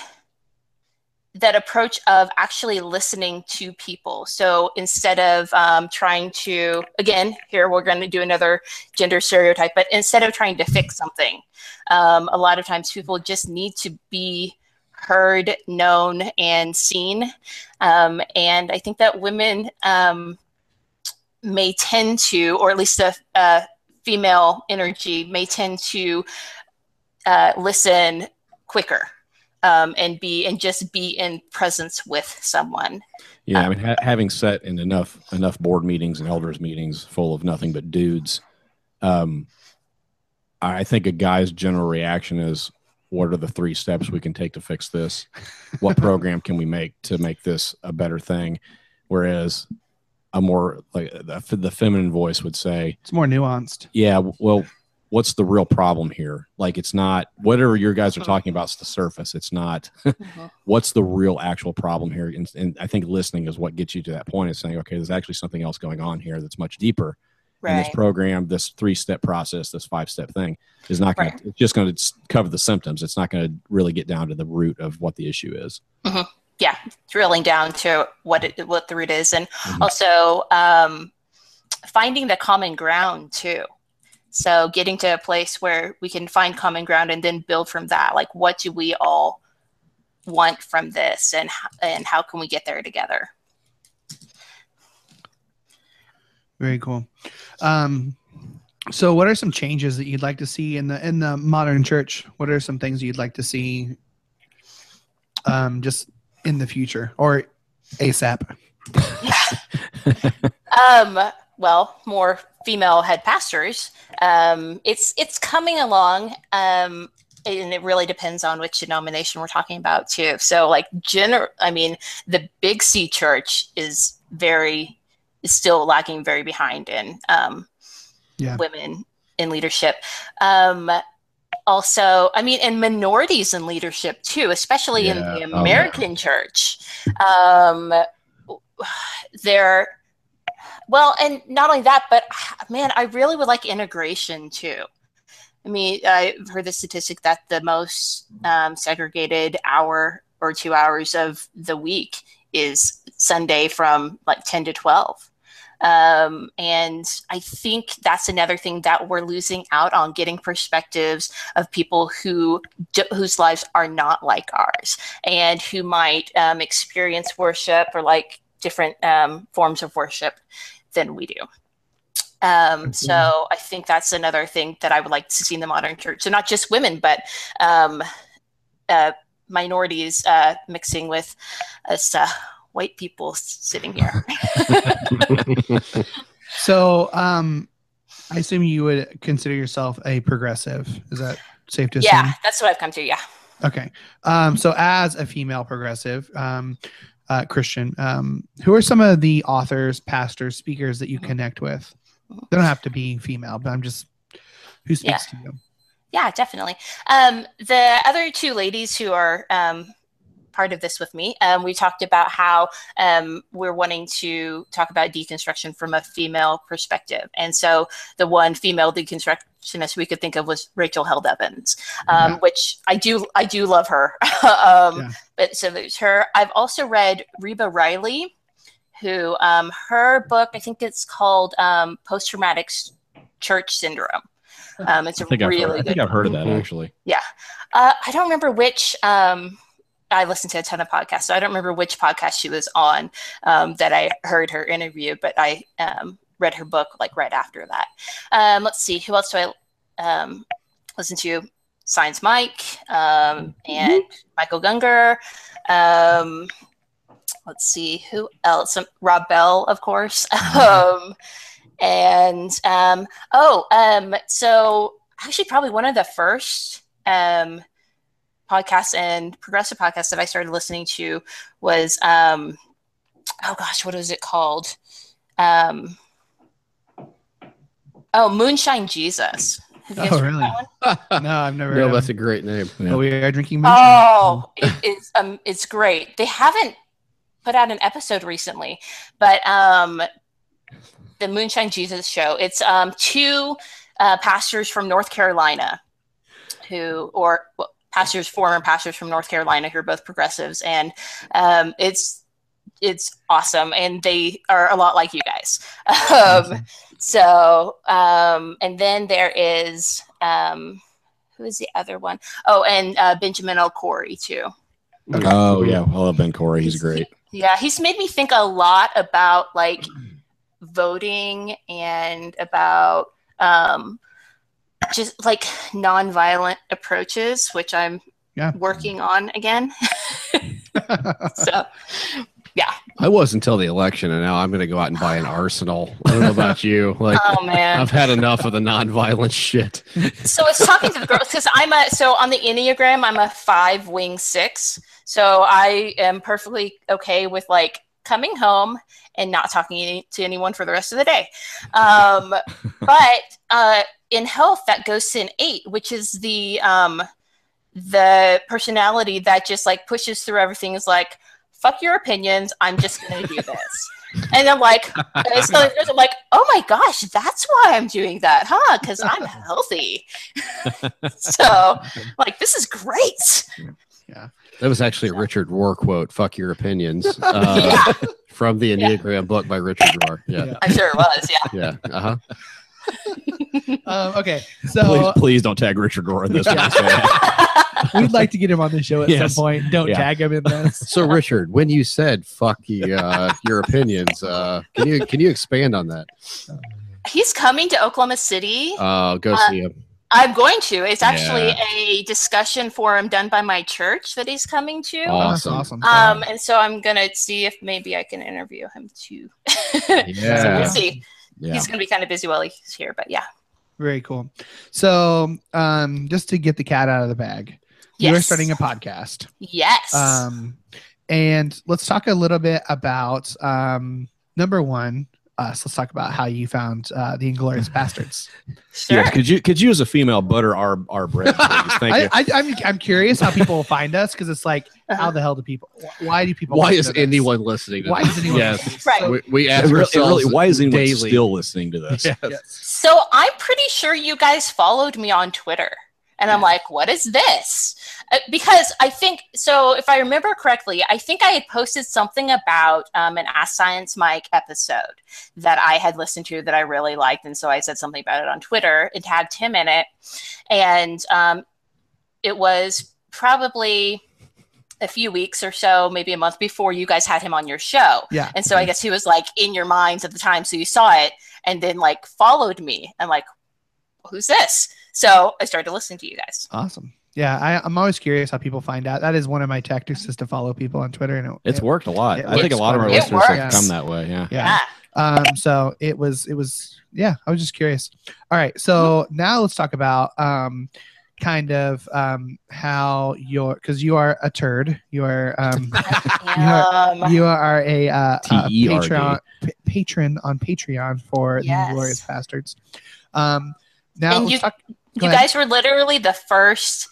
that approach of actually listening to people so instead of um, trying to again here we're going to do another gender stereotype, but instead of trying to fix something, um, a lot of times people just need to be heard, known, and seen. Um, and I think that women um, may tend to, or at least the uh, female energy may tend to uh, listen quicker. Um, and be and just be in presence with someone. Yeah, I mean, ha- having sat in enough enough board meetings and elders meetings full of nothing but dudes, um, I think a guy's general reaction is, "What are the three steps we can take to fix this? What program can we make to make this a better thing?" Whereas a more like the, the feminine voice would say, It's more nuanced. yeah, w- well, what's the real problem here? Like, it's not whatever your guys are talking about. It's the surface. It's not Mhm. what's the real actual problem here. And, and I think listening is what gets you to that point is saying, okay, there's actually something else going on here that's much deeper. And this Right. program, this three step process, this five step thing is not going Right. to, it's just going to cover the symptoms. It's not going to really get down to the root of what the issue is. drilling down to what it, what the root is, and Mhm. also um, finding the common ground too. So getting to a place where we can find common ground and then build from that. Like, what do we all want from this, and h- and how can we get there together? Very cool. Um, so, what are some changes that you'd like to see in the in the modern church? What are some things you'd like to see, um, just in the future or ASAP? <laughs> um, well, more female head pastors. Um, it's it's coming along, um, and it really depends on which denomination we're talking about too. So, like, general, I mean, the Big C Church is very is still lagging very behind in um, Yeah. women in leadership. Um, also, I mean, and minorities in leadership too, especially in Yeah, the oh, yeah. American church. Um, they're well, and not only that, but man, I really would like integration too. I mean, I've heard the statistic that the most um, segregated hour or two hours of the week is Sunday from like 10 to 12. Um, and I think that's another thing that we're losing out on getting perspectives of people who d- whose lives are not like ours and who might um, experience worship or like different um, forms of worship than we do. Um, so I think that's another thing that I would like to see in the modern church. So not just women, but um, uh, minorities uh, mixing with us uh, white people s- sitting here. <laughs> So, um, I assume you would consider yourself a progressive. Is that safe to assume? yeah, that's what I've come to. Yeah. Okay. Um, so, as a female progressive um, uh, Christian, um, who are some of the authors, pastors, speakers that you Mm-hmm. connect with? They don't have to be female, but I'm just who speaks to you. Yeah, definitely. Um, the other two ladies who are um, part of this with me, um, we talked about how um, we're wanting to talk about deconstruction from a female perspective. And so the one female deconstructionist we could think of was Rachel Held Evans, um, Mm-hmm. which I do I do love her. <laughs> um, Yeah. But so there's her. I've also read Reba Riley, who um, her book I think it's called um, Post Traumatic S- Church Syndrome. Um, it's I a think, I've, heard, really I think good I've heard of that Mhm. actually. uh, I don't remember which. Um, I listened to a ton of podcasts, so I don't remember which podcast she was on um, that I heard her interview, but I um, read her book like right after that. Um, let's see, who else do I um, listen to? Science Mike um, and Michael Gunger. Um, let's see, who else? Um, Rob Bell, of course. <laughs> Um, and um, oh, um, so actually, probably one of the first um, podcasts and progressive podcasts that I started listening to was um, oh gosh, what was it called? Um, oh, Moonshine Jesus. Have you guys Oh, heard really? that <laughs> one? No, I've never. no, heard of that's them. a great name. Yeah. But we are drinking. moonshine. <laughs> Oh, it, it's um, it's great. They haven't put out an episode recently, but um, the Moonshine Jesus show. It's um two uh, pastors from North Carolina, who or well, pastors former pastors from North Carolina who are both progressives, and um, it's it's awesome, and they are a lot like you guys. <laughs> Um, so, um, and then there is um, who is the other one? Oh, and uh, Benjamin L. Corey too. Oh yeah. I love Ben Corey. He's great. Yeah, he's made me think a lot about like voting and about um, just like nonviolent approaches, which I'm Yeah. working on <laughs> again. so, I was until the election, and now I'm going to go out and buy an arsenal. I don't know about you. Like, oh man. I've had enough of the nonviolent shit. So it's talking to the girls because I'm a so on the enneagram I'm a five wing six, so I am perfectly okay with like coming home and not talking any- to anyone for the rest of the day. Um, but uh, in health, that goes to an eight, which is the um, the personality that just like pushes through everything. Is like, fuck your opinions. I'm just gonna do this. And I'm like, and so I'm like, oh my gosh, that's why I'm doing that, huh? Because I'm healthy. <laughs> so, like, this is great. That was actually a Richard Rohr quote. Fuck your <laughs> opinions. Uh, yeah, From the Yeah. Enneagram book by Richard Rohr. Yeah. I'm sure it was. Yeah. Yeah. Uh huh. <laughs> Um, okay, <laughs> so please don't tag Richard Rohr in this one. we'd like to get him on the show at Yes. some point. Don't Yeah. tag him in this. So Richard, when you said "fuck you," uh, your opinions, uh, can you can you expand on that? He's coming to Oklahoma City. Uh, go Uh, see him. I'm going to. It's actually a discussion forum done by my church that he's coming to. Oh, <laughs> Awesome. That's awesome. um, and so I'm gonna see if maybe I can interview him too. <laughs> so Yeah. we'll see. Yeah. He's gonna be kind of busy while he's here, but yeah. Very cool. So, um, just to get the cat out of the bag, Yes. you are starting a podcast. Yes. Um, and let's talk a little bit about um, number one, us. Let's talk about how you found uh, the Inglorious Bastards. <laughs> sure. yes, could you could you as a female butter our our bread? Please? Thank I, you. I, I'm, I'm curious how people find us because it's like, Uh-huh. how the hell do people? Why do people? Why listen is to this? anyone listening? To Why this? is anyone? Yes. listening? Right. We, we It ask really, it ourselves really- why is anyone daily. still listening to this? Yes. So I'm pretty sure you guys followed me on Twitter. And I'm like, what is this? Uh, Because I think, so if I remember correctly, I think I had posted something about um, an Ask Science Mike episode that I had listened to that I really liked. And so I said something about it on Twitter and tagged him in it. And um, it was probably a few weeks or so, maybe a month before you guys had him on your show. Yeah. And so Mm-hmm. I guess he was like in your minds at the time. So you saw it and then like followed me and like, who's this? So I started listening to you guys. Awesome. Yeah, I, I'm always curious how people find out. That is one of my tactics is to follow people on Twitter. And it, It's it- worked a lot. It I think a works lot of for our me. It listeners have works. come that way. Yeah. Yeah. Um. So it was. It was. Yeah. I was just curious. All right. So now let's talk about um, kind of um how your because you are a turd. You are <laughs> um <laughs> Yeah. Um, you are a, uh, a T-E-R-D. Patreon pa- patron on Patreon for Yes. the Glorious Bastards. Um. Now And let's you- talk. you go ahead. guys were literally the first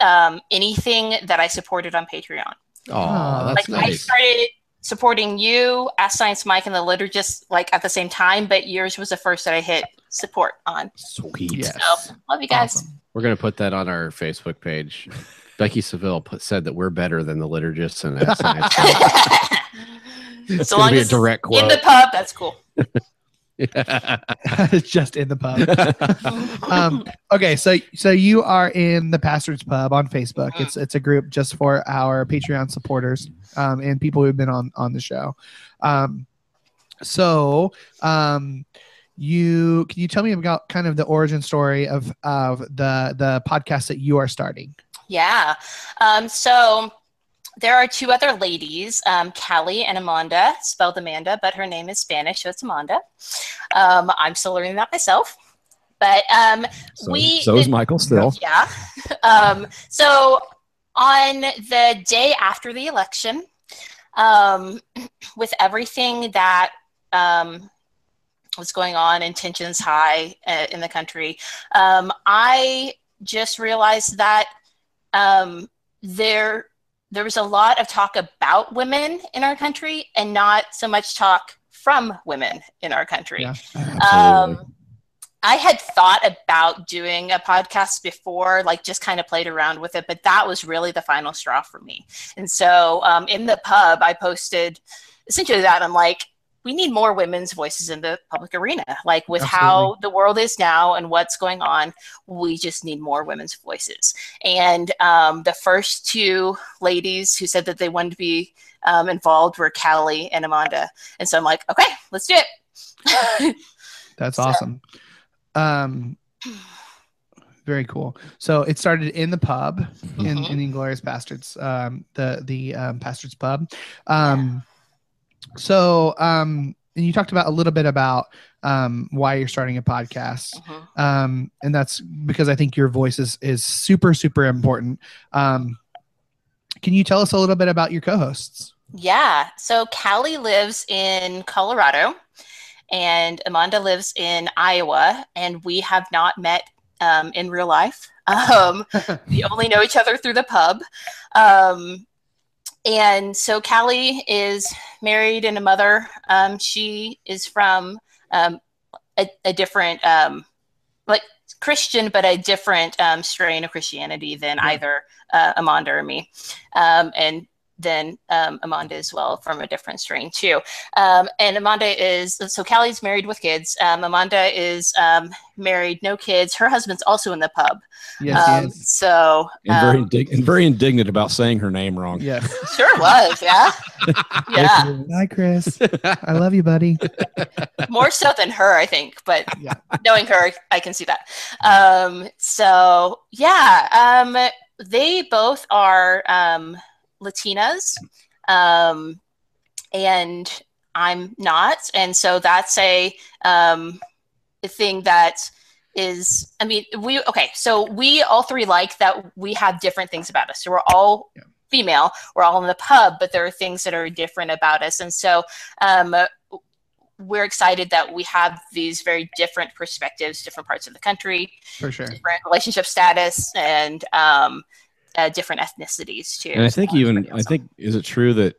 um, anything that I supported on Patreon. Aw, Like, that's Oh, like I nice. started supporting you, Ask Science Mike, and the liturgist like at the same time, but yours was the first that I hit support on. Sweet. Yes. Love you guys. Awesome. We're gonna put that on our Facebook page. Becky Seville put, said that we're better than the liturgists and that <laughs> science. it's so gonna long be a as it's direct in quote. the pub, that's cool. <laughs> <laughs> it's just in the pub. um, okay, so so you are in the Pastors Pub on Facebook. It's it's a group just for our Patreon supporters um, and people who've been on on the show. Um, so um, you can you tell me about kind of the origin story of of the the podcast that you are starting? Yeah. Um, so there are two other ladies, um, Callie and Amanda, spelled Amanda, but her name is Spanish, so it's Amanda. Um, I'm still learning that myself. But um, So, We- so is Michael still. yeah. Um, so on the day after the election, um, <clears throat> with everything that um, was going on and tensions high uh, in the country, um, I just realized that um, there there was a lot of talk about women in our country and not so much talk from women in our country. Yeah. Absolutely. Um, I had thought about doing a podcast before, like just kind of played around with it, but that was really the final straw for me. And so um, in the pub, I posted essentially that I'm like, we need more women's voices in the public arena. Like with how the world is now and what's going on, we just need more women's voices. And um, the first two ladies who said that they wanted to be um, involved were Callie and Amanda. And so I'm like, okay, let's do it. <laughs> That's So- awesome. Um, very cool. So it started in the pub in, Mhm. in Inglorious Bastards, um, the the um, Bastards pub. Um, So um, and you talked about a little bit about um, why you're starting a podcast Mhm. um, and that's because I think your voice is is super super important. Um, can you tell us a little bit about your co-hosts? Yeah. So Callie lives in Colorado and Amanda lives in Iowa, and we have not met um, in real life. <laughs> Um, we only know each other through the pub. Um, and so Callie is married and a mother. Um, she is from um, a, a different, um, like Christian, but a different um, strain of Christianity than either uh, Amanda or me. Um, and then um, Amanda as well from a different strain too. Um, and Amanda is so Callie's married with kids. Um, Amanda is um, married, no kids. Her husband's also in the pub. Yes, um, yes. So And very, um, indig- and very indignant about saying her name wrong. Yes. sure was, <laughs> yeah, yeah, Hi, Chris. I love you, buddy. <laughs> more so than her, I think. But Yeah. knowing her, I can see that. Um, so yeah, um, they both are um, Latinas, um, and I'm not, and so that's a um, a thing that is. I mean, we okay. So we all three like that we have different things about us. So we're all. Yeah. Female, we're all in the pub, but there are things that are different about us, and so um, we're excited that we have these very different perspectives, different parts of the country, For sure. different relationship status, and um, uh, different ethnicities too. Um, And I think So that's even pretty I awesome. think is it true that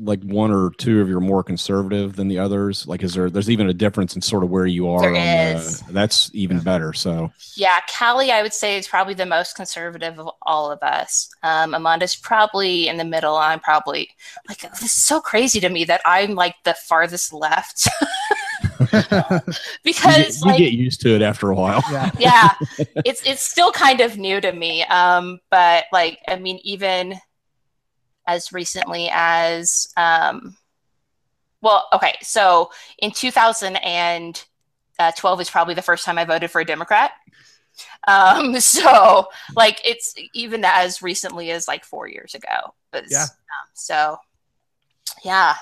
like one or two of you are more conservative than the others? Like, is there there's even a difference in sort of where you are? There on is. The, that's even <laughs> better. <laughs> So yeah, Callie, I would say is probably the most conservative of all of us. Um, Amanda's probably in the middle. I'm probably like this is so crazy to me that I'm like the farthest left we <laughs> get, because we like get used to it after <laughs> a while. yeah. yeah it's it's still kind of new to me um but like i mean even as recently as um well okay so in 2012 is probably the first time i voted for a democrat um <laughs> so like it's even as recently as like four years ago But Yeah. um, so yeah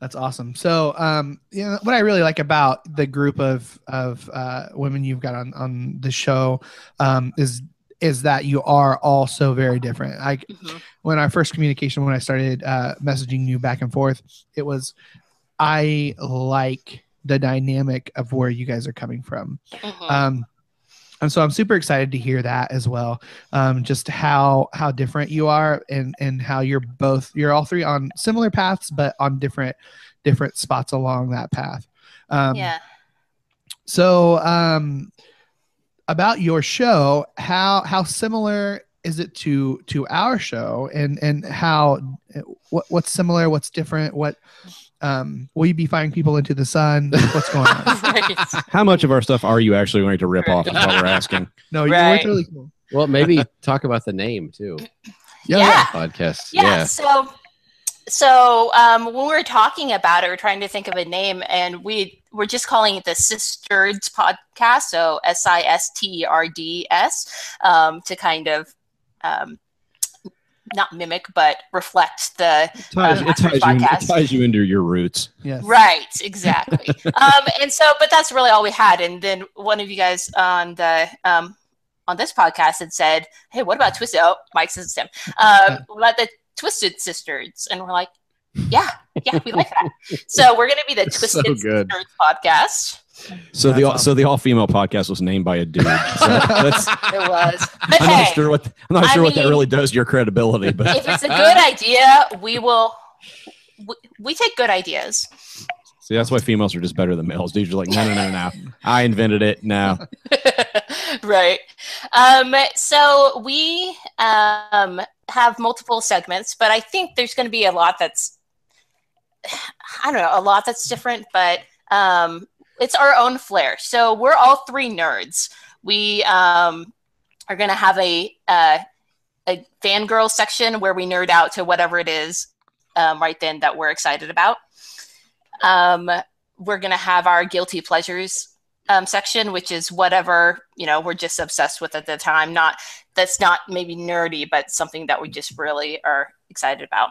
That's awesome. So, um, you know, what I really like about the group of of uh, women you've got on on the show um, is is that you are all so very different. Like Mhm. when our first communication, when I started uh, messaging you back and forth, it was I like the dynamic of where you guys are coming from. Mhm. Um, and so I'm super excited to hear that as well. Um, just how how different you are, and and how you're both you're all three on similar paths, but on different different spots along that path. Um, <laughs> yeah <laughs> So um, about your show, how how similar is it to to our show, and and how what what's similar, what's different, what um, will you be firing people into the sun? What's going <laughs> on? How much of our stuff are you actually going to rip off? Is what we're <laughs> asking. No, you Right. worked really cool. Well, maybe <laughs> talk about the name too. yeah. Podcast. yeah, so so um, when we were talking about it we are trying to think of a name and we were just calling it the sisters podcast so E s-i-s-t-e-r-d-s um, to kind of um, not mimic but reflect the It ties, Um, it, ties you, it podcast. ties you into your roots. Yes. Right, exactly. um, and so, but that's really all we had. And then one of you guys on the um, on this podcast had said, "Hey, what about Twisted?" Oh, Mike says it's him. Um, <laughs> what about the Twisted Sisters? And we're like, "Yeah, yeah, we like that." so we're gonna be the It's <laughs> so Twisted good. Sisters podcast. So That's the all so the all female podcast was named by <laughs> a dude. So that's, It <laughs> was, but I'm hey, not sure what I'm not I sure what that mean- really does to your credibility, but if <laughs> it's a good idea, we will. We, we take good ideas. See, that's why females are just better than males. Dudes are like, no, no, no, no. I invented it. No. <laughs> right. Um, so we um, have multiple segments, but I think there's going to be a lot that's, <sighs> I don't know, a lot that's different, but um, it's our own flair. So we're all three nerds. We um, are going to have a, uh, a fangirl section where we nerd out to whatever it is um, right then that we're excited about. Um, we're going to have our guilty pleasures um, section, which is whatever you know we're just obsessed with at the time. Not that's not maybe nerdy, but something that we just really are excited about.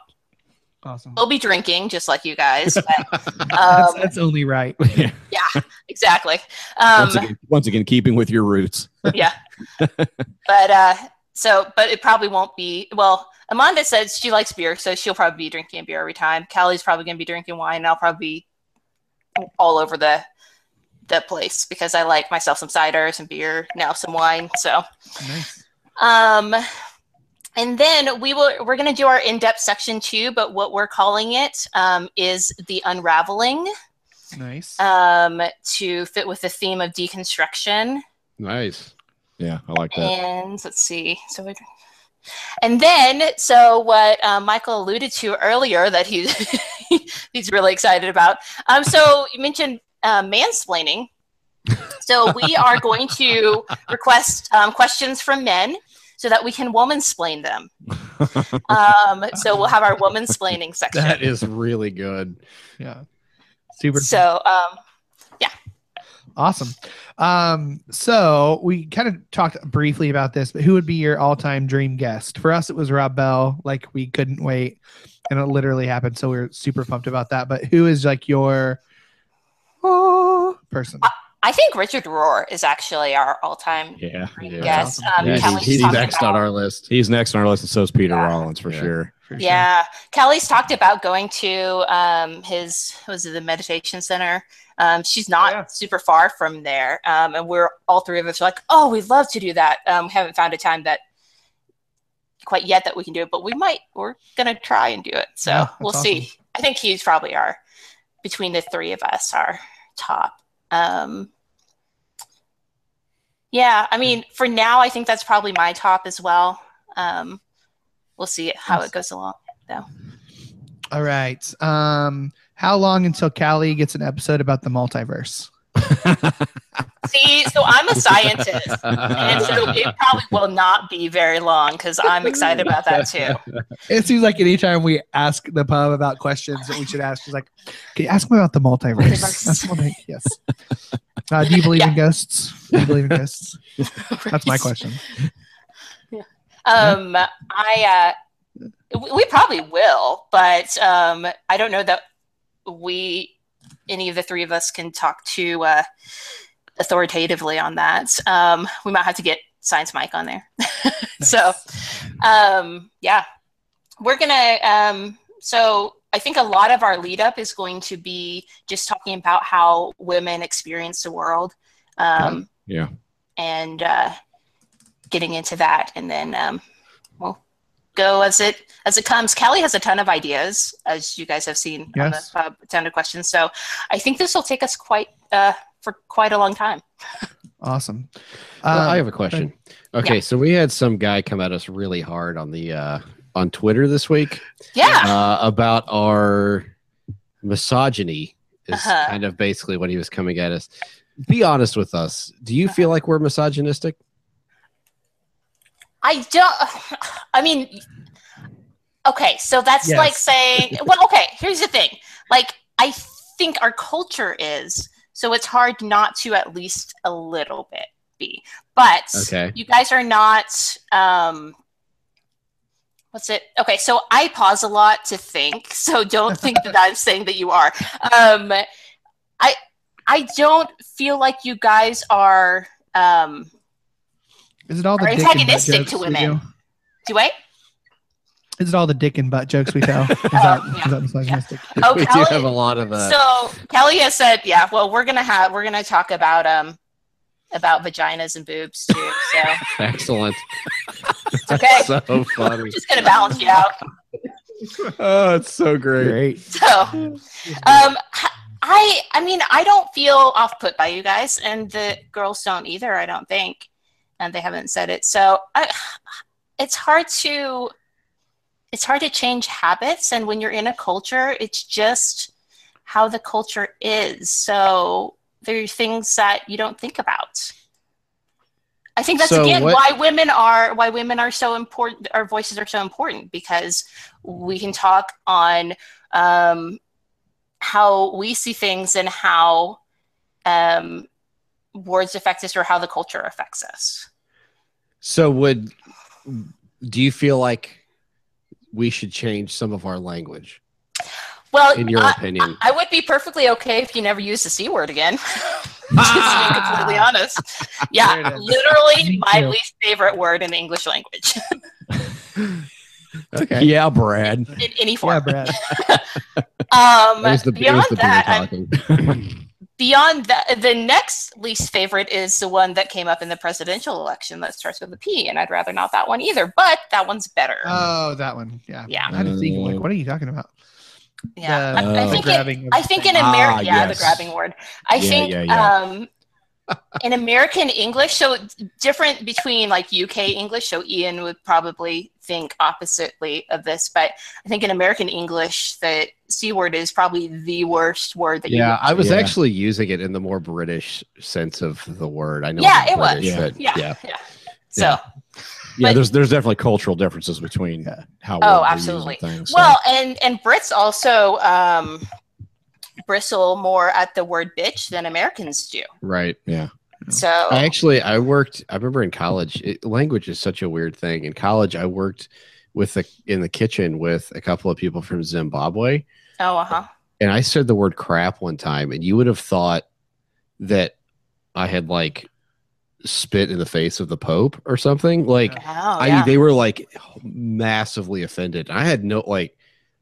Awesome. We'll be drinking just like you guys. But, that's, um, that's only right. <laughs> Yeah. exactly. Um, once, again, once again, keeping with your roots. yeah. But uh, So, but it probably won't be. Well, Amanda says she likes beer, so she'll probably be drinking beer every time. Callie's probably going to be drinking wine, and I'll probably be all over the the place because I like myself some cider, some beer, now some wine. So, Nice. um, and then we will we're going to do our in depth section too. But what we're calling it um, is the unraveling Nice. um, to fit with the theme of deconstruction. Nice. Yeah, I like that. And let's see. So, we, and then, so what uh, Michael alluded to earlier that he's <laughs> he's really excited about. Um, so you mentioned uh, mansplaining. So we are going to request um, questions from men so that we can womansplain them. Um, so we'll have our womansplaining section. <laughs> That is really good. yeah. Super. so um, Awesome. Um, so we kind of talked briefly about this, but who would be your all-time dream guest? For us, it was Rob Bell. Like we couldn't wait, and it literally happened. So we are super pumped about that. But who is like your oh, Uh, person? I think Richard Rohr is actually our all-time Yeah. dream Yeah. guest. Um, Yeah, Kelly's he's talked next about- on our <laughs> list. He's next on our list, and so is Peter Yeah. Rollins for Yeah. sure. For sure. Yeah, Kelly's talked about going to um, his what was it the meditation center. Um, she's not Yeah. super far from there, um, and we're all three of us are like, oh, we'd love to do that. Um, we haven't found a time that quite yet that we can do it, but we might. We're gonna try and do it, so Yeah, that's we'll see. awesome. I think he's probably our between the three of us our top. Um, yeah, I mean, for now, I think that's probably my top as well. Um, we'll see how it goes along. All right. Um, how long until Callie gets an episode about the multiverse? See, so I'm a scientist, and so it probably will not be very long because I'm excited about that too. It seems like anytime we ask the pub about questions that we should ask, she's like, "Can you ask me about the multiverse?" Multiverse. That's what I- yes. Uh, do you believe in ghosts? Do you believe in <laughs> ghosts? That's my question. Um, I uh, we, we probably will, but um, I don't know that we any of the three of us can talk to uh, authoritatively on that. Um, we might have to get Science Mike on there. <laughs> so, um, yeah, we're gonna. Um, so I think a lot of our lead up is going to be just talking about how women experience the world. Um, Yeah. and uh, getting into that, and then um, we'll go as it as it comes. Kelly has a ton of ideas, as you guys have seen Yes. on the uh, ton of questions. So I think this will take us quite uh, for quite a long time. Awesome. Well, Um, I have a question. Okay, so we had some guy come at us really hard on the uh, on Twitter this week Yeah, uh, about our misogyny. Is Uh-huh. kind of basically what he was coming at us. Be honest with us. Do you feel like we're misogynistic? I don't. I mean, okay, so that's Yes. like saying, well, okay. Here's the thing. Like I think our culture is so it's hard not to at least a little bit be, but. Okay. you guys are not um what's it okay so i pause a lot to think <laughs> so don't think that i'm saying that you are um i i don't feel like you guys are um Is it all the Are dick and butt antagonistic jokes to we women. do? do i Is it all the dick and butt jokes we <laughs> tell? Is that, Oh, yeah. is that misogynistic? <laughs> Oh, <laughs> we do Kelly- have a lot of uh, that. so kelly has said yeah well we're gonna have we're gonna talk about um about vaginas and boobs too <laughs> so <laughs> Excellent. it's okay so funny. just gonna balance you out <laughs> Oh, it's so great. <laughs> So, um, h- I, I mean, I don't feel off put by you guys, and the girls don't either. I don't think, and they haven't said it. So, I, it's hard to, it's hard to change habits, and when you're in a culture, it's just how the culture is. So there are things that you don't think about. I think that's So again what- why women are why women are so important. Our voices are so important because we can talk on um, how we see things and how um, words affect us or how the culture affects us. So would do you feel like we should change some of our language Well, in your I, opinion? uh, I would be perfectly okay if you never use the c word again. <laughs> just to be completely <laughs> honest. Ah. There Yeah, it is. literally my Yeah. least favorite word in the English language <laughs> Okay. Yeah, Brad. in any Yeah, form. Brad. That Um, was the, it beyond was the beer that, I'm- talking. beyond that, the next least favorite is the one that came up in the presidential election that starts with a P, and I'd rather not that one either. But that one's better. Oh, that one. Yeah. Yeah. I had to think, Uh, like, what are you talking about? yeah, The- I, I Oh. the think it, grabbing of I think in Ah, America, yeah, yes. the grabbing word. I Yeah, think yeah, yeah. Um, in American English, so it's different between like UK English. So Ian would probably think oppositely of this, but I think in American English, the c word is probably the worst word that Yeah, I was Yeah. actually using it in the more British sense of the word. I know. Yeah, it's it was. British, Yeah. but you. Yeah, yeah. yeah. So. Yeah, But- there's there's definitely cultural differences between how. Oh, we're using absolutely. Things, so- Well, and and Brits also um, bristle more at the word bitch than Americans do. Right. So I actually I worked. I remember in college, it, language is such a weird thing. In college, I worked with the in the kitchen with a couple of people from Zimbabwe, oh, uh huh. and I said the word crap one time, and you would have thought that I had like spit in the face of the Pope or something. Like Wow, I yeah. they were like massively offended. I had no like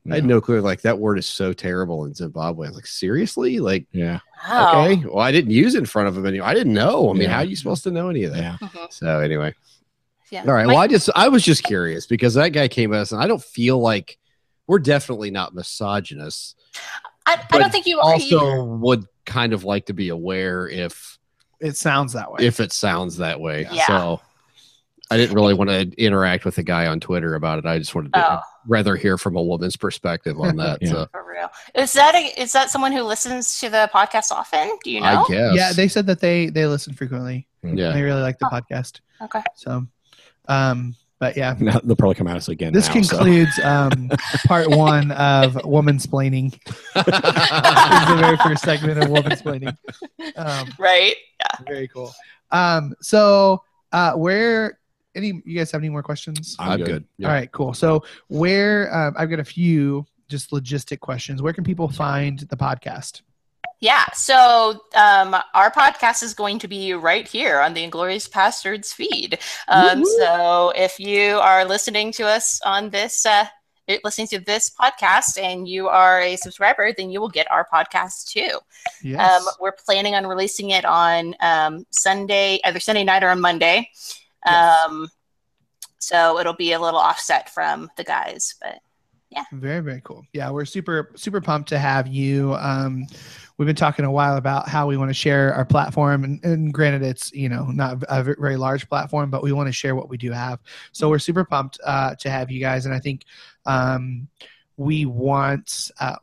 I had no clue. Like that word is so terrible in Zimbabwe. I was like, seriously? Like, yeah, Wow. okay. Well, I didn't use it in front of him anyway. I didn't know. I mean, Yeah. how are you supposed to know any of that? yeah. Mhm, So anyway. yeah. All right. My- Well, I just I was just curious because that guy came at us and I don't feel like we're definitely not misogynists. I, I but don't think you are either. Also would kind of like to be aware if It sounds that way. if it sounds that way. Yeah. So I didn't really want to interact with the guy on Twitter about it. I just wanted to Oh, rather hear from a woman's perspective on that. Yeah. So for real. Is that a, is that someone who listens to the podcast often? Do you know? I guess. Yeah, they said that they they listen frequently. <laughs> yeah. They really like the podcast. Oh. Okay. So, um, but yeah, Now, they'll probably come at us again. this now, so. concludes <laughs> um, part one of woman splaining. <laughs> the very first segment of woman splaining. Um, Right. very cool. Um, so uh, where any you guys have any more questions? I'm, good. All right, cool. So where um, I've got a few just logistic questions. Where can people find the podcast? Yeah. So um, our podcast is going to be right here on the Inglorious Pastors feed. Um, so if you are listening to us on this, uh, eh, listening to this podcast, and you are a subscriber, then you will get our podcast too. Yes. Um, we're planning on releasing it on um, Sunday, either Sunday night or on Monday. Yes. Um, so it'll be a little offset from the guys, but Very, very cool. Yeah, we're super, super pumped to have you. Um, we've been talking a while about how we want to share our platform, and, and granted, it's you know not a v- very large platform, but we want to share what we do have. So we're super pumped uh, to have you guys, and I think um, we want uh,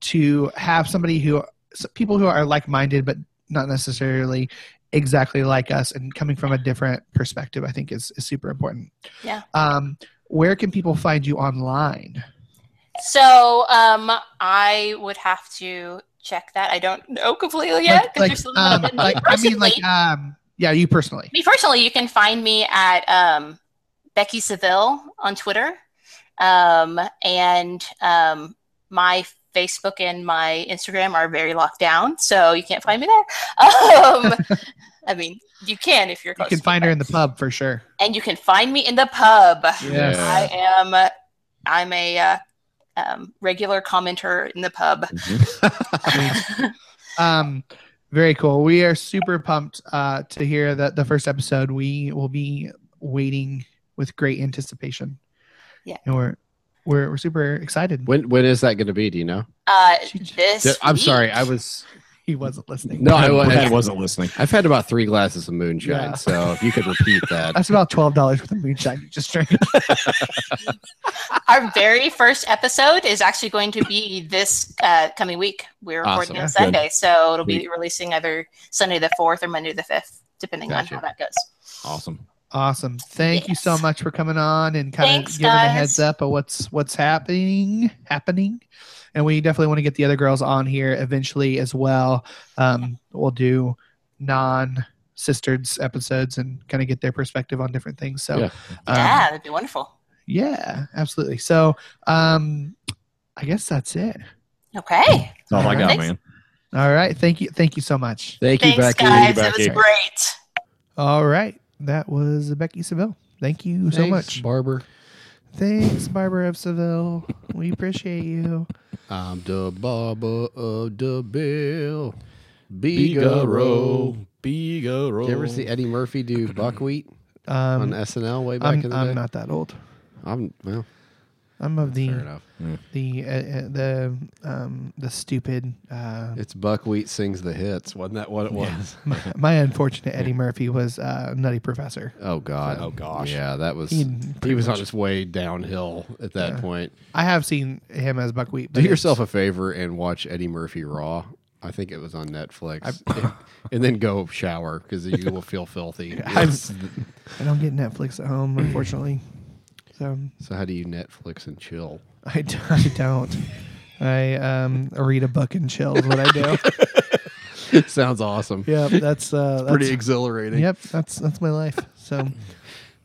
to have somebody who s- people who are like-minded, but not necessarily exactly like us, and coming from a different perspective. I think is is super important. Yeah. Um, where can people find you online? So um, I would have to check that. I don't know completely yet because like, you're still um, not in like, I mean, like, um, yeah, you personally. me personally, you can find me at um, Becky Seville on Twitter, um, and um, my Facebook and my Instagram are very locked down, so you can't find me there. <laughs> Um, I mean, you can if you're. You Close can to find me, her in but- the pub for sure. and you can find me in the pub. Yes. I am. uh, I'm a uh, um, regular commenter in the pub. Mhm. <laughs> Um, very cool. We are super pumped uh, to hear that the first episode. We will be waiting with great anticipation. Yeah. and we're we're, we're super excited. When when is that going to be? Do you know? Uh, She- this. I'm week. sorry. I was. He wasn't listening. No, <laughs> I Brad- was. Brad wasn't listening. I've had about three glasses of moonshine, Yeah. so if you could repeat that. That's about twelve dollars worth of moonshine you just drank. Our very first episode is actually going to be this uh, coming week. We're recording Awesome. on Good. Sunday, so it'll be releasing either Sunday the fourth or Monday the fifth, depending Gotcha. on how that goes. Awesome. Awesome. Thank you so Yes. much for coming on and kind of Thanks, giving a guys. heads up of what's what's happening happening. And we definitely want to get the other girls on here eventually as well. Um, we'll do non sisters episodes and kind of get their perspective on different things. So Yeah. um, yeah, that'd be wonderful. yeah, absolutely. So um I guess that's it. Okay. That's all I got, Thanks. man. All right. Thank you. <laughs> Thank you so much. Thank you, Thanks, Becky. guys. Becky. It was great. All right. That was Becky Seville. Thank you so much. Barber. Thanks, Barbara of Seville. We appreciate you. I'm the barber of the bill. Bigaro. Bigaro. Bigaro. Did you ever see Eddie Murphy do buckwheat on Um, SNL way back I'm, in the day? I'm not that old. I'm well. I'm of the Fair enough. the uh, uh, the um the stupid <laughs> uh It's buckwheat sings the hits. Wasn't that what <laughs> it was? my, my unfortunate Eddie Murphy was uh Nutty Professor. Oh God. Oh, gosh. Yeah, that was. He He, pretty was on much- his way downhill at that point. I have seen him as Buckwheat. Do yourself a favor and watch Eddie Murphy Raw. I think it was on Netflix. and, <laughs> and then go shower because you will feel filthy. <laughs> Yes. I don't get Netflix at <clears throat> home, unfortunately. So So how do you Netflix and chill? I, d- I don't. I um read a book and chill is what I <laughs> do. Sounds awesome. yeah, that's uh that's, Pretty exhilarating. Yep, that's that's my life. So,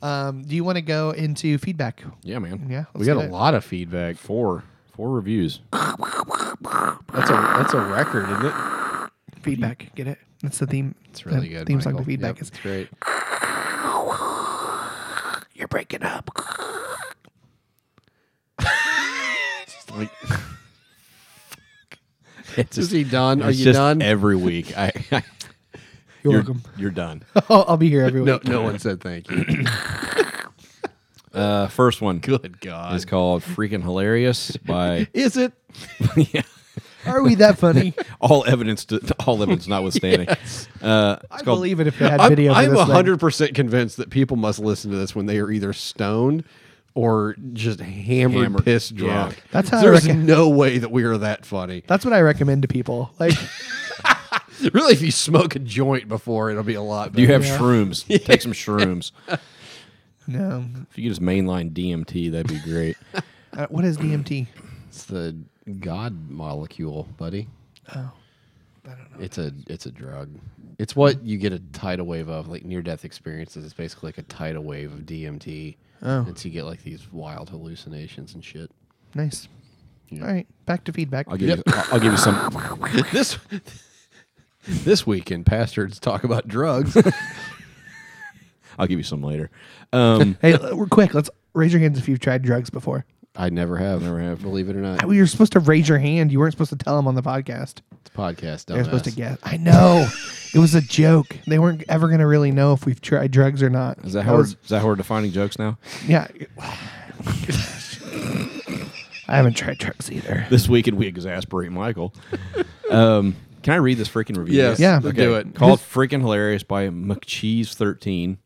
um, do you want to go into feedback? Yeah, man. Yeah, We let's got do a it. lot of feedback. Four. Four reviews. That's a that's a record, isn't it? feedback. Get it? That's the theme. It's really the good. Theme song Michael. to feedback Yep, is it's great. "You're breaking <laughs> up." <laughs> Like, <laughs> Is he done? Are it's you just done? Every week. <laughs> I, I, You're, you're, welcome. you're done. <laughs> I'll, I'll be here every week. no, no one said thank you. Uh, first one <clears throat> Good God, is called Freaking Hilarious <laughs> by is it? yeah, Are we that funny? <laughs> all evidence to, all evidence notwithstanding. uh, it's I called believe it if we had I'm, video. for I'm this thing. 100% convinced that people must listen to this when they are either stoned or just hammered, Hammered. piss Yeah. drunk. That's how I There's reckon- no way that we are that funny. That's what I recommend to people. Like, <laughs> Really, if you smoke a joint before, it'll be a lot Do you better. have shrooms? <laughs> Take some shrooms. no, If you could just mainline DMT, that'd be <laughs> great. uh, what is DMT? it's the God molecule, buddy. Oh, I don't know. It's a it's a drug. It's what you get a tidal wave of, like near death experiences. It's basically like a tidal wave of DMT. Oh. And so you get like these wild hallucinations and shit. Nice. All right, back to feedback. I'll give you. I'll, I'll give you some. <laughs> this this weekend, pastors talk about drugs. <laughs> I'll give you some later. Um, Hey, l- we're quick. Let's raise your hands if you've tried drugs before. I never have, Never have. Believe it or not, We were supposed to raise your hand. You weren't supposed to tell them on the podcast. it's a podcast. Oh, They're supposed to dumbass. guess. I know. it was a joke. They weren't ever going to really know if we've tried drugs or not. <laughs> is that how? We're, was, is that how we're defining jokes now? Yeah. <laughs> I haven't tried drugs either. This weekend we exasperate Michael. Um, can I read this freaking review? Yes, Yeah. let's do it. Called freaking hilarious by McCheese <laughs> thirteen,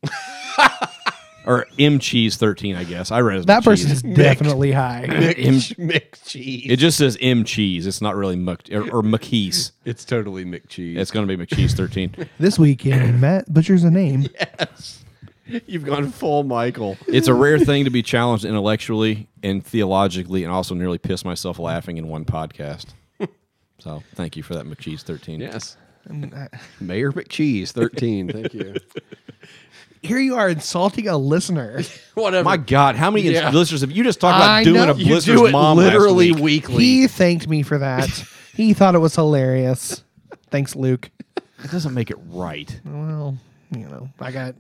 or M Cheese thirteen, I guess. I read it as That McCheese. person is definitely high. <laughs> Mick, Mick Cheese. It just says M Cheese. It's not really Mc or, or McCheese. it's totally Mick Cheese. It's going to be McCheese thirteen. <laughs> This weekend, Matt butchers a name. <laughs> You've gone full Michael. It's a rare thing to be challenged intellectually and theologically, and also nearly piss myself laughing in one podcast. So thank you for that, McCheese thirteen. Yes. Mayor McCheese, 13. Thank you. Here you are insulting a listener. <laughs> Whatever. My God, how many Yeah. listeners have you just talked about I doing know. a You you blizzard's do it mom last literally week? weekly. He thanked me for that. He thought it was hilarious. Thanks, Luke. It doesn't make it right. Well, you know, I got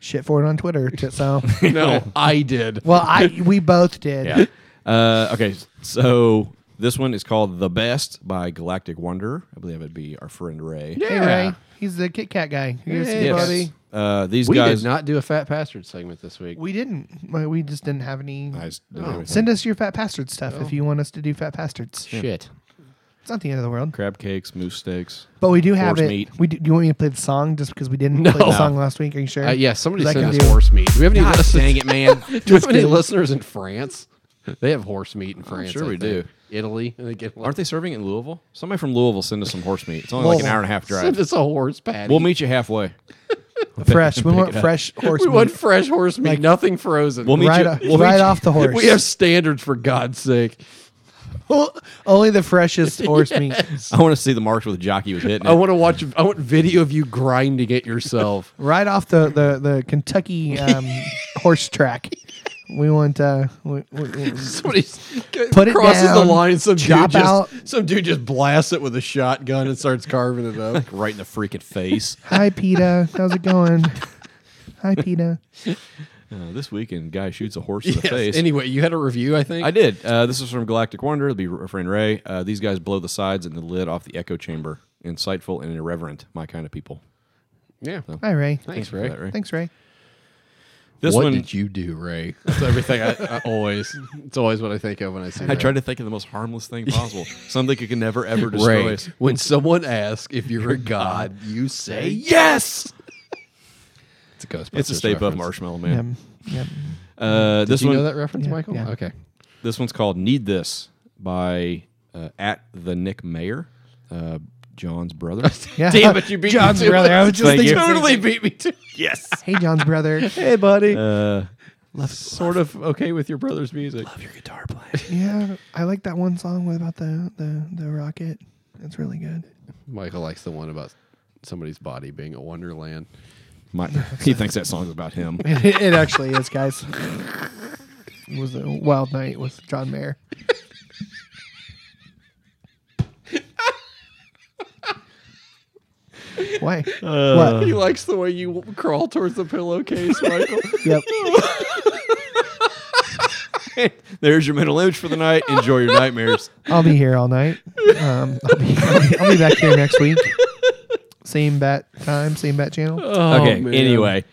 shit for it on Twitter. t- So, no, I did. well, I we both did. Yeah. uh, okay, so this one is called "The Best" by Galactic Wonder. I believe it'd be our friend Ray. Hey, Ray. He's the Kit Kat guy. You guys see Yes. buddy? Uh, these We guys. did not do a Fat Bastard segment this week. We didn't. Well, We just didn't have any. I just didn't have anything. Send us your fat bastard stuff if you want us to do fat bastards. Shit. It's not the end of the world. crab cakes, moose steaks. But we do have Horse it. meat. We do, do you want me to play the song just because we didn't play the <laughs> No. song last week? Are you sure? Uh, yeah, somebody 'Cause I sent can us do- horse meat. Do we have any, God listen- dang it, man! do we have any listeners in France? <laughs> They have horse meat in France. sure I we think. do. Italy. I think Italy. Aren't they serving it in Louisville? Somebody from Louisville send us some horse meat. It's only like an hour and a half Send <laughs> drive. us a horse patty. We'll meet you halfway. fresh. We <laughs> want fresh horse we meat. want fresh horse meat, nothing frozen. We'll meet right you. off, we'll meet right you- off the horse. <laughs> we have standards for God's sake. only the <laughs> freshest horse meat. I want to see the marks where the jockey was hitting. I It. want to watch. I want video of <laughs> you grinding it yourself. <laughs> Right off the the the Kentucky um, horse track. We want uh, we, we- we- Somebody Put it crosses down, the line. Some chop dude just out. some dude just blasts it with a shotgun and starts carving <laughs> it up. right in the freaking face. hi Peta, how's it going? Hi Peta. <laughs> Uh, this weekend, guy shoots a horse in the Yes. face. Anyway, you had a review, I think. I did. Uh, this is from Galactic Wonder. It'll be our friend Ray. Uh, these guys blow the sides and the lid off the echo chamber. Insightful and irreverent. My kind of people. yeah. Oh, Hi Ray. Thanks, for Ray. that, Ray. Thanks Ray. This what one, did you do, Ray? <laughs> That's everything I, I always. It's always what I think of when I see. I Ray. tried to think of the most harmless thing <laughs> possible. Something you can never ever destroy. Ray. When someone asks if you're a god, you say Yes, It's a Ghostbusters. it's a stay above reference. marshmallow Yep. man. Yep. Uh, this Do you one, know that reference, Yeah, Michael? yeah. <laughs> Okay. This one's called "Need This" by uh, at the Nick Mayer, uh, John's brother. <laughs> Yeah. Damn it, you beat me John's to it. brother. I was just Thank thinking. you. Totally beat me to. yes. Hey John's brother. <laughs> Hey, buddy. Uh, sort of okay with your brother's music. your guitar <laughs> playing. Yeah, I like that one song with about the the the rocket. It's really good. Michael likes the one about somebody's body being a wonderland. <laughs> My, he thinks that song's about him. It, it actually is, guys. It was a wild night with John Mayer. Why? Uh. He likes the way you crawl towards the <laughs> pillowcase, Michael. what? Yep. <laughs> There's your mental image for the night. Enjoy your <laughs> nightmares. I'll be here all night. Um, I'll, be, I'll, be, I'll be back here next week. Same bat time, same bat channel. okay. Oh, man. Mm. Anyway,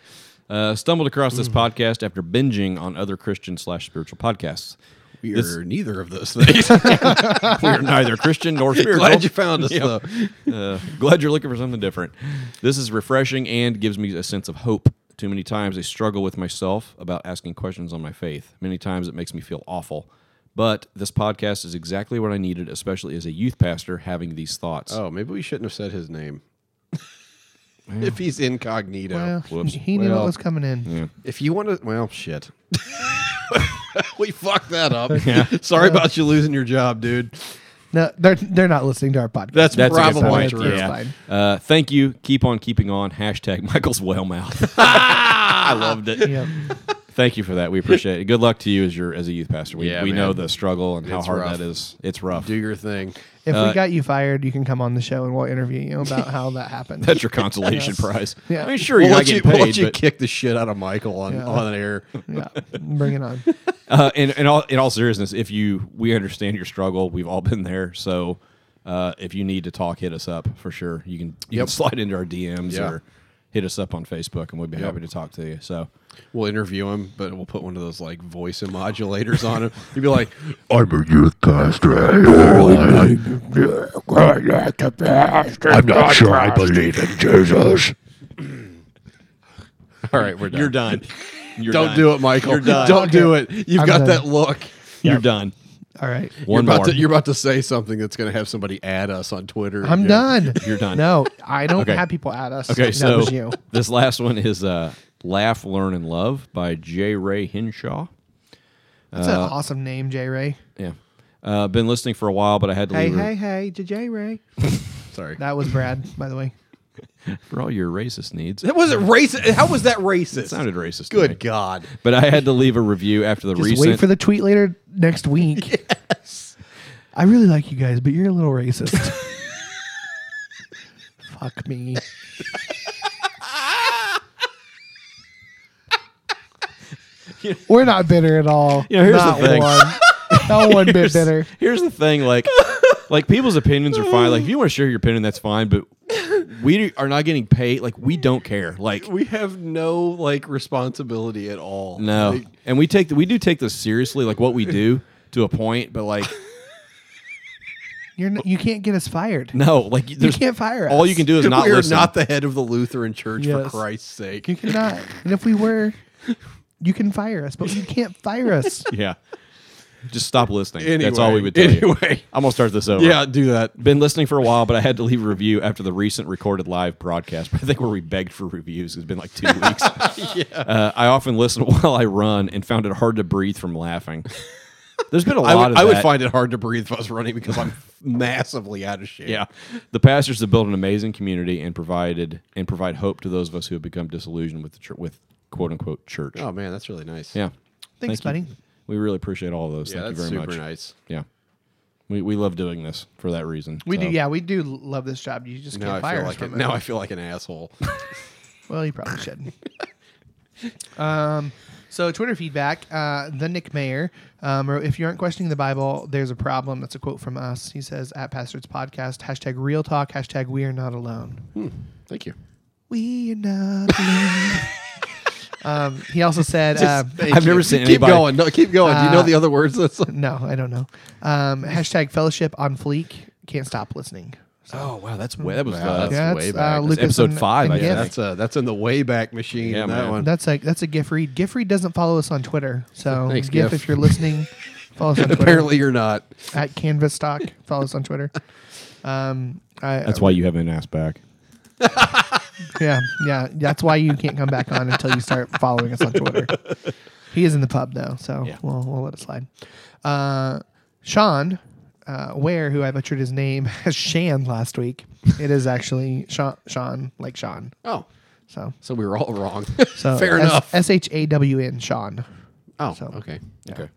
uh, stumbled across this podcast after binging on other Christian slash spiritual podcasts. <laughs> We This- are neither of those things. We are neither Christian nor spiritual. <laughs> Glad you found us, though. Uh, glad you're looking for something different. This is refreshing and gives me a sense of hope. Too many times I struggle with myself about asking questions on my faith. Many times it makes me feel awful. But this podcast is exactly what I needed, especially as a youth pastor having these thoughts. Oh, maybe we shouldn't have said his name. <laughs> if he's incognito. Well, whoops. he knew Well. what was coming in. If you want to, well, shit. <laughs> we fucked that <laughs> up. Sorry about you losing your job, dude. No, they're they're not listening to our podcast. That's, That's a good probably point. true. It's Yeah. fine. Uh, thank you. Keep on keeping on. Hashtag Michael's whale <laughs> mouth. I loved it. Yep. Thank you for that. We appreciate it. Good luck to you as your as a youth pastor. We, Yeah, we man. know the struggle and how It's hard rough. that is. It's rough. Do your thing. If Uh, we got you fired, you can come on the show and we'll interview you about how that happened. That's <laughs> your consolation Yes. prize. Yeah. I mean, sure, you're we'll not let you, getting we'll paid, let you but- kick the shit out of Michael on, Yeah. on air. yeah, bring it on. uh, in, in all in all seriousness, if you we understand your struggle, we've all been there. So uh, if you need to talk, hit us up for sure. You can you can slide into our DMs Yeah. or hit us up on Facebook, and we'd be happy to talk to you. So We'll interview him, but we'll put one of those like voice modulators on him. He'd be <laughs> like, "I'm a youth pastor. I'm not sure I believe in Jesus. All right, we're done. you're done. <laughs> You're Don't done. do it, Michael. You're done. Don't do it. You've I'm got done. that look. You're done. All right, One you're, more. about to, you're about to say something that's going to have somebody add us on Twitter. I'm Yeah. done. <laughs> You're done. No, I don't Okay. have people at us. okay, that so was you. this last one is uh, "Laugh, Learn, and Love" by J. Ray Hinshaw. That's uh, an awesome name, J Ray. Yeah, uh, been listening for a while, but I had to Hey, leave. a- hey, hey, to J Ray. Sorry. That was Brad, by the way. For all your racist needs, That wasn't racist. How was that racist? it sounded racist. to me. Good God. But I had to leave a review after the Just recent. wait for the tweet later next <laughs> week. yes. I really like you guys, but you're a little <laughs> racist. Fuck me. <laughs> We're not bitter at all. You know, here's the not thing. One, not one bit bitter. <laughs> Here's the thing, <laughs> like, like people's opinions are fine. <laughs> Like, if you want to share your opinion, that's fine. But we are not getting paid. Like, we don't care. <laughs> Like, We have no like responsibility at all. no. Like, And we take we do take this seriously, like what we do to a point. But like, You're n- you can't get us fired. no, like you there's can't fire us. all you can do is not <laughs> we are listen. not the head of the Lutheran Church for Yes. Christ's sake. You cannot. And if we were, you can fire us, but you can't fire <laughs> us. yeah. Just stop listening. Anyway, that's all we would tell you. anyway. I'm gonna start this over. Yeah, do that. Been listening for a while, but I had to leave a review after the recent recorded live broadcast. <laughs> I think where we begged for reviews. It's been like two <laughs> weeks. uh, I often listen <laughs> while I run and found it hard to breathe from laughing. There's been a lot <laughs> I would, of I would that. find it hard to breathe if I was running because I'm <laughs> massively out of shape. Yeah, the pastors have built an amazing community and provided and provide hope to those of us who have become disillusioned with the chur with quote unquote church. Oh man, that's really nice. Yeah, Thanks, Thank you. buddy. We really appreciate all of those. Yeah, Thank that's you very super much. nice. Yeah. We, we love doing this for that reason. We do. So, Yeah, we do love this job. You just Now can't I fire feel us like from it, it. now I feel like <laughs> an asshole. Well, you probably <laughs> should. um, so Twitter feedback, uh, the Nick Mayer. Um, or if you aren't questioning the Bible, there's a problem. That's a quote from us. He says at Pastor's Podcast hashtag Real Talk hashtag We Are Not Alone. Hmm. Thank <laughs> you. We are not alone. <laughs> um, he also said. uh, I've never seen keep anybody- going. No, keep going. Do you know the other words? <laughs> That's no, I don't know. Um, hashtag Fellowship on Fleek. Can't stop listening. Oh, wow. Mm-hmm. That's way, that was Wow, uh, that's yeah, way that's, back. uh, That's Lucas episode and- five, and I Giff. think. that's uh, that's in the Wayback Machine. Yeah, that man. one. That's like that's a Giff Reed. Giff Reed doesn't follow us on Twitter, so <laughs> Thanks, Giff, Giff. if you're listening, follow <laughs> us on Twitter. Apparently, you're not. at Canvas Stock. follow us on Twitter. Um, I, That's why you haven't asked back. yeah, yeah. That's why you can't come back on until you start following us on Twitter. He is in the pub though, so Yeah. we'll we'll let it slide. Uh, Sean uh, Ware, who I butchered his name <laughs> as Shan last week, it is actually Sean, Sean like Sean. Oh, So, so we were all wrong. so <laughs> Fair enough. S H A W N Sean. oh, so- okay. Okay.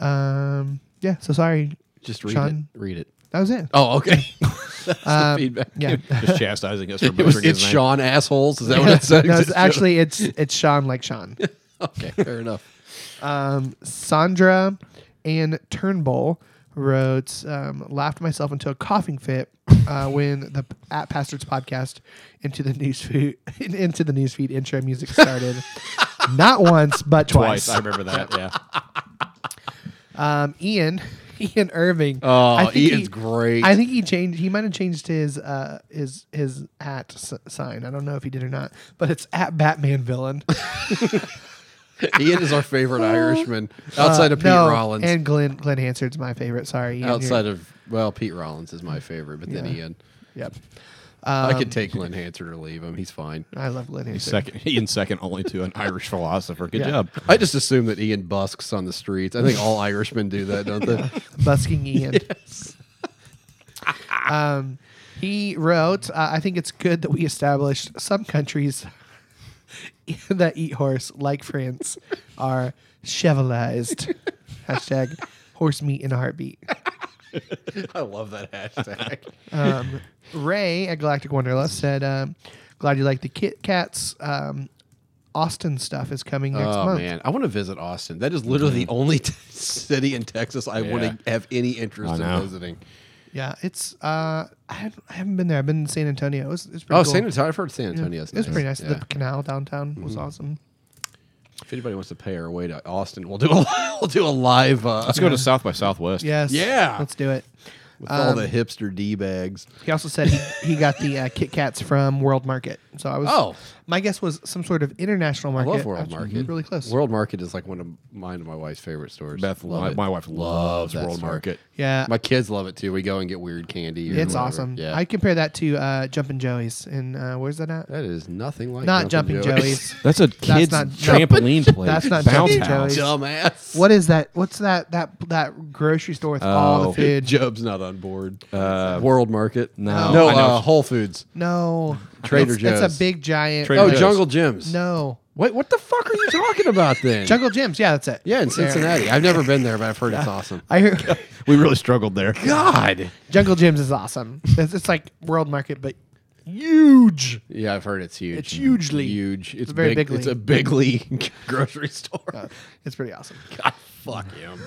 Um, yeah. So sorry, Just read Sean? it. Read it. that was it. Oh, okay. <laughs> that's the feedback. <laughs> <laughs> Yeah. Just chastising <laughs> us for It was, butchering it's his name. Sean assholes. Is that what <laughs> it says? no, <laughs> it's actually it's it's Sean like Sean. okay. Fair enough. um, Sandra and Turnbull wrote, um, laughed myself into a coughing fit <laughs> uh, when the p- at Pastors podcast into the news <laughs> feed, into the news feed intro <laughs> music started. Not once, but twice. Twice. I remember that. Yeah. Um, Ian, <laughs> Ian Irving. Oh, I think Ian's great. I think he changed. He might have changed his uh, his his at s- sign. I don't know if he did or not, but it's at Batman villain. Ian is our favorite Irishman outside of <laughs> Pete No, Rollins. and Glenn Glenn Hansard's my favorite. Sorry, Ian, you're- outside of well, Pete Rollins is my favorite, but then Yeah. Ian. Yep. I could take Glenn Hansard or leave him. He's fine. I love Glenn Hansard. <laughs> Second, Ian's second only to an Irish philosopher. Good Yeah. job. I just assume that Ian busks on the streets. I think all Irishmen do that, don't they? Busking Ian. <laughs> um, he wrote, uh, I think it's good that we established some countries <laughs> that eat horse, like France, are chevelized. Hashtag horse meat in a heartbeat. I love that hashtag. <laughs> Um, Ray at Galactic Wanderlust said, um, Glad you like the Kit Kats. Um, Austin stuff is coming next oh month. Mm-hmm. man, I want to visit Austin. That is literally the only <laughs> t- city in Texas I want to have any interest I in know. visiting. Yeah, it's, uh, I haven't I haven't been there. I've been in San Antonio. It's, it's pretty Oh, cool. San Antonio. I've heard San Yeah, Antonio's It was pretty nice. Yeah. Mm-hmm. The canal downtown was awesome. If anybody wants to pay our way to Austin, we'll do a <laughs> we'll do a live uh, Let's go to South by Southwest. Yes. Yeah. Let's do it. with all Um, the hipster d bags. He also said he, he got the uh, Kit Kats from World Market. So I was. Oh. My guess was some sort of international I market. love World That's Market. Really close. World Market is like one of mine and my wife's favorite stores. Beth, Love my, it. my wife Love loves that World store. Market. yeah. My kids love it too. We go and get weird candy. or it's whatever. awesome. Yeah, I compare that to uh, Jumpin' Joey's. And uh, where's that at? that is nothing like Not Jumpin' Joey's. <laughs> That's a kid's not- <laughs> trampoline place. that's not Bounce Jumpin' house. Joey's. Dumbass. What is that? What's that? That that grocery store with all the Oh. food? Job's not on board. World Market. Uh, no. no. I know Uh, it's- Whole Foods. no. Trader it's, It's Joe's. a big giant. Trader Oh, Joe's. Jungle Gyms. No. Wait, what the fuck are you talking about then? Jungle Jim's. Yeah, that's it. yeah, in There. Cincinnati. I've never been there, but I've heard <laughs> it's awesome. I <laughs> heard. We really struggled there. God. Jungle Gyms is awesome. It's, it's like World Market, but huge. Yeah, I've heard it's huge. It's hugely- huge. It's very big. bigly. It's <laughs> a bigly grocery store. It's pretty awesome. <laughs> God, <laughs> fuck him.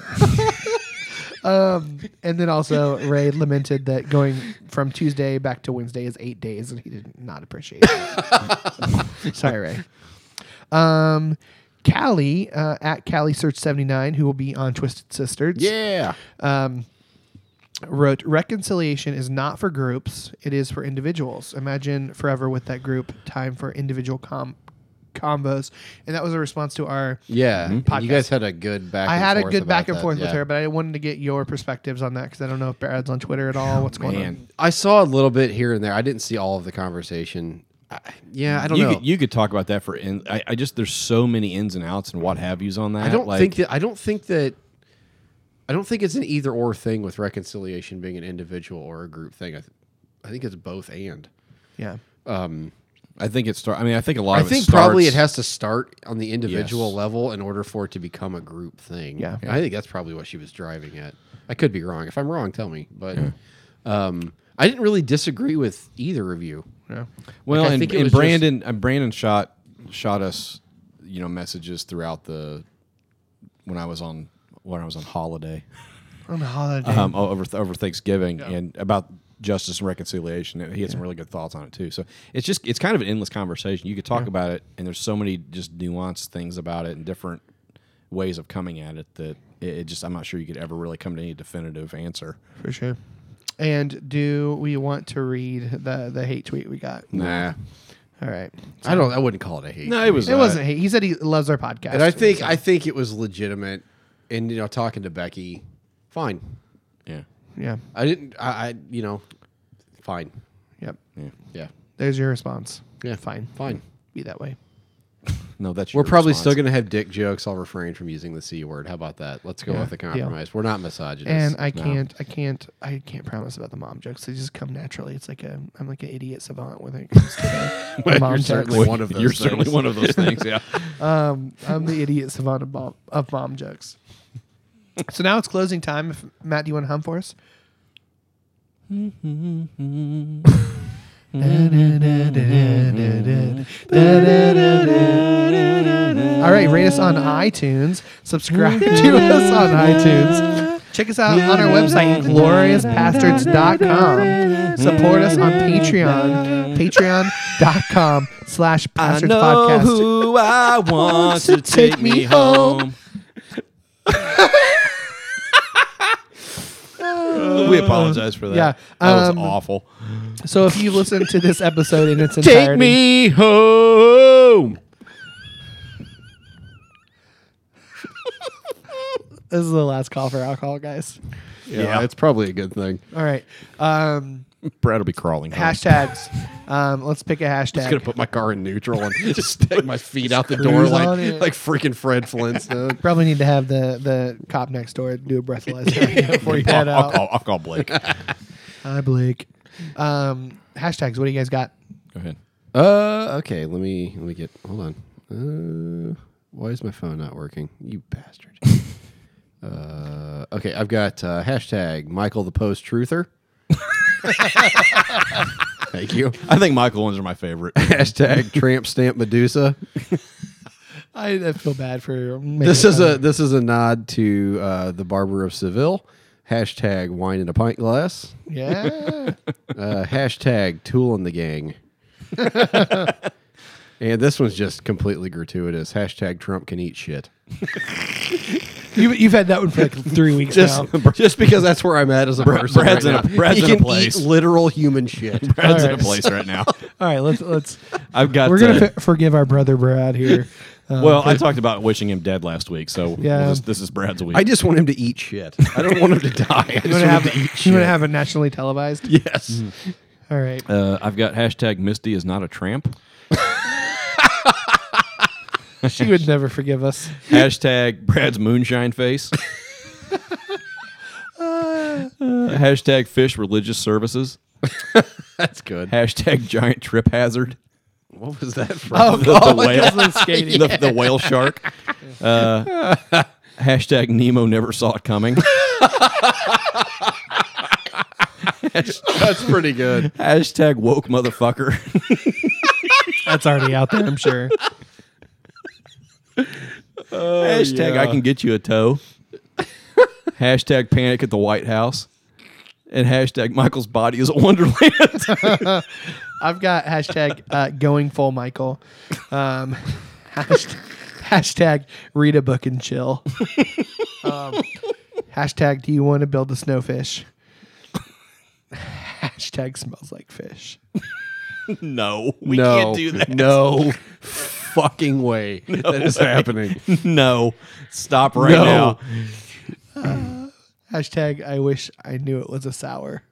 Um, And then also Ray lamented that going from Tuesday back to Wednesday is eight days, and he did not appreciate it. <laughs> Sorry, Ray. Um, Callie uh, at Callie Search seventy nine, who will be on Twisted Sisters. um, Yeah. wrote reconciliation is not for groups it is for individuals imagine forever with that group time for individual com combos and that was a response to our Yeah. Hmm? Podcast. You guys had a good back i and had a forth good about back and that, forth with yeah. her but i wanted to get your perspectives on that because i don't know if brad's on twitter at Oh, all what's going on Man. I saw a little bit here and there. I didn't see all of the conversation. I, yeah, I don't you know. Could, you could talk about that for. In, I, I just there's so many ins and outs and what have yous on that. I don't like, think that I don't think that I don't think it's an either or thing with reconciliation being an individual or a group thing. I, th- I think it's both and. yeah I think it start. I mean, I think a lot I of it think probably it starts- has to start on the individual Yes. level in order for it to become a group thing. Yeah. I think that's probably what she was driving at. I could be wrong. If I'm wrong, tell me. But um, I didn't really disagree with either of you. Yeah. Well, Like, I and, think it and was just- Brandon and Brandon shot shot us, you know, messages throughout the when I was on when I was on holiday On a holiday. Uh-huh. um, o- over over Thanksgiving and about justice and reconciliation. He had some really good thoughts on it too. So it's just it's kind of an endless conversation. You could talk about it, and there's so many just nuanced things about it and different ways of coming at it that it, it just I'm not sure you could ever really come to any definitive answer. for sure. And do we want to read the the hate tweet we got? Nah. All right. I don't I wouldn't call it a hate. No, it was It wasn't hate. He said he loves our podcast. And I think I think it was legitimate. And you know, talking to Becky, fine. Yeah, yeah. I didn't I, I you know, fine. Yep. yeah. Yeah. There's your response. Yeah. Fine. Fine. Be that way. No, that's We're your probably response. still going to have dick jokes. I'll refrain from using the c word. How about that? Let's go Yeah, with the deal. compromise. We're not misogynist. And I no. can't, I can't, I can't promise about the mom jokes. They just come naturally. It's like a, I'm like an idiot savant when <laughs> it comes to the- the Well, mom you're jokes. certainly <laughs> one of those You're certainly things. one of those things. <laughs> Yeah. Um, I'm the idiot savant of mom, of mom jokes. So now it's closing time. If, Matt, do you want to hum for us? All right, rate us on iTunes. Subscribe to us on iTunes. Check us out on our website, gloriouspastorscom Support us on Patreon, patreon.com slash I pastors know podcast. who <laughs> I want to take me home. <laughs> we apologize for that. Yeah, that um, was awful. So if you've listened to this episode in <laughs> its entirety, Take me home. this is the last call for alcohol, guys. Yeah, it's probably a good thing. All right. Um, Brad will be crawling. home. hashtags. Um, let's pick a I'm gonna hashtag. put my car in neutral and <laughs> just stick my feet out the door cruise like on it. like freaking Fred Flintstone. <laughs> Probably need to have the, the cop next door do a <laughs> breathalyzer before you head I'll, I'll, out. call, I'll call Blake. Go Hi, Blake. Um, hashtags. What do you guys got? ahead. Uh, okay. Let me let me get. Hold on. Uh, why is my phone not working? You bastard. uh, okay. I've got uh, hashtag Michael the Post Truther. Thank you. I think Michael ones are my favorite. <laughs> Hashtag Tramp Stamp Medusa. I, I feel bad for. making This is fun a of- this is a nod to uh, the Barber of Seville. Hashtag Wine in a Pint Glass. yeah. Uh, hashtag Tool in the Gang. and this one's just completely gratuitous. Hashtag Trump can eat shit. <laughs> You, you've had that one <laughs> for like three weeks now. just, just <laughs> because that's where I'm at as a person. Brad's right in a- now. Brad's he in a can place. eat literal human shit. Brad's in a right. place <laughs> right now. All right, let's <laughs> let's. <laughs> I've got. We're uh, gonna f- forgive our brother Brad here. Um, well, I talked about wishing him dead last week, so Yeah. this, this is Brad's week. I just want him to eat shit. I don't want him to die. <laughs> I just you want want to him have to eat you shit. want to have it nationally televised? <laughs> yes. Mm. All right. uh, I've got hashtag Misty is not a tramp. <laughs> She would never forgive <laughs> us. Hashtag Brad's moonshine face. Uh, hashtag fish religious services. That's good. Hashtag giant trip hazard. What was that from? Oh, <laughs> The, the whale, the skating. the, the whale shark. Uh, hashtag Nemo never saw it coming. <laughs> That's pretty good. hashtag woke motherfucker. That's already out there, I'm sure. hashtag I can get you a toe. hashtag panic at the White House. And hashtag Michael's body is a wonderland. <laughs> <laughs> I've got hashtag uh, going full Michael. Um, <laughs> hashtag, hashtag read a book and <laughs> chill. Um, hashtag do you want to build a snowfish? <laughs> Hashtag smells like fish. no, <laughs> we no, can't do that. <laughs> No fucking way that is happening. <laughs> No, stop right No. now. <laughs> Hashtag I wish I knew it was a sour.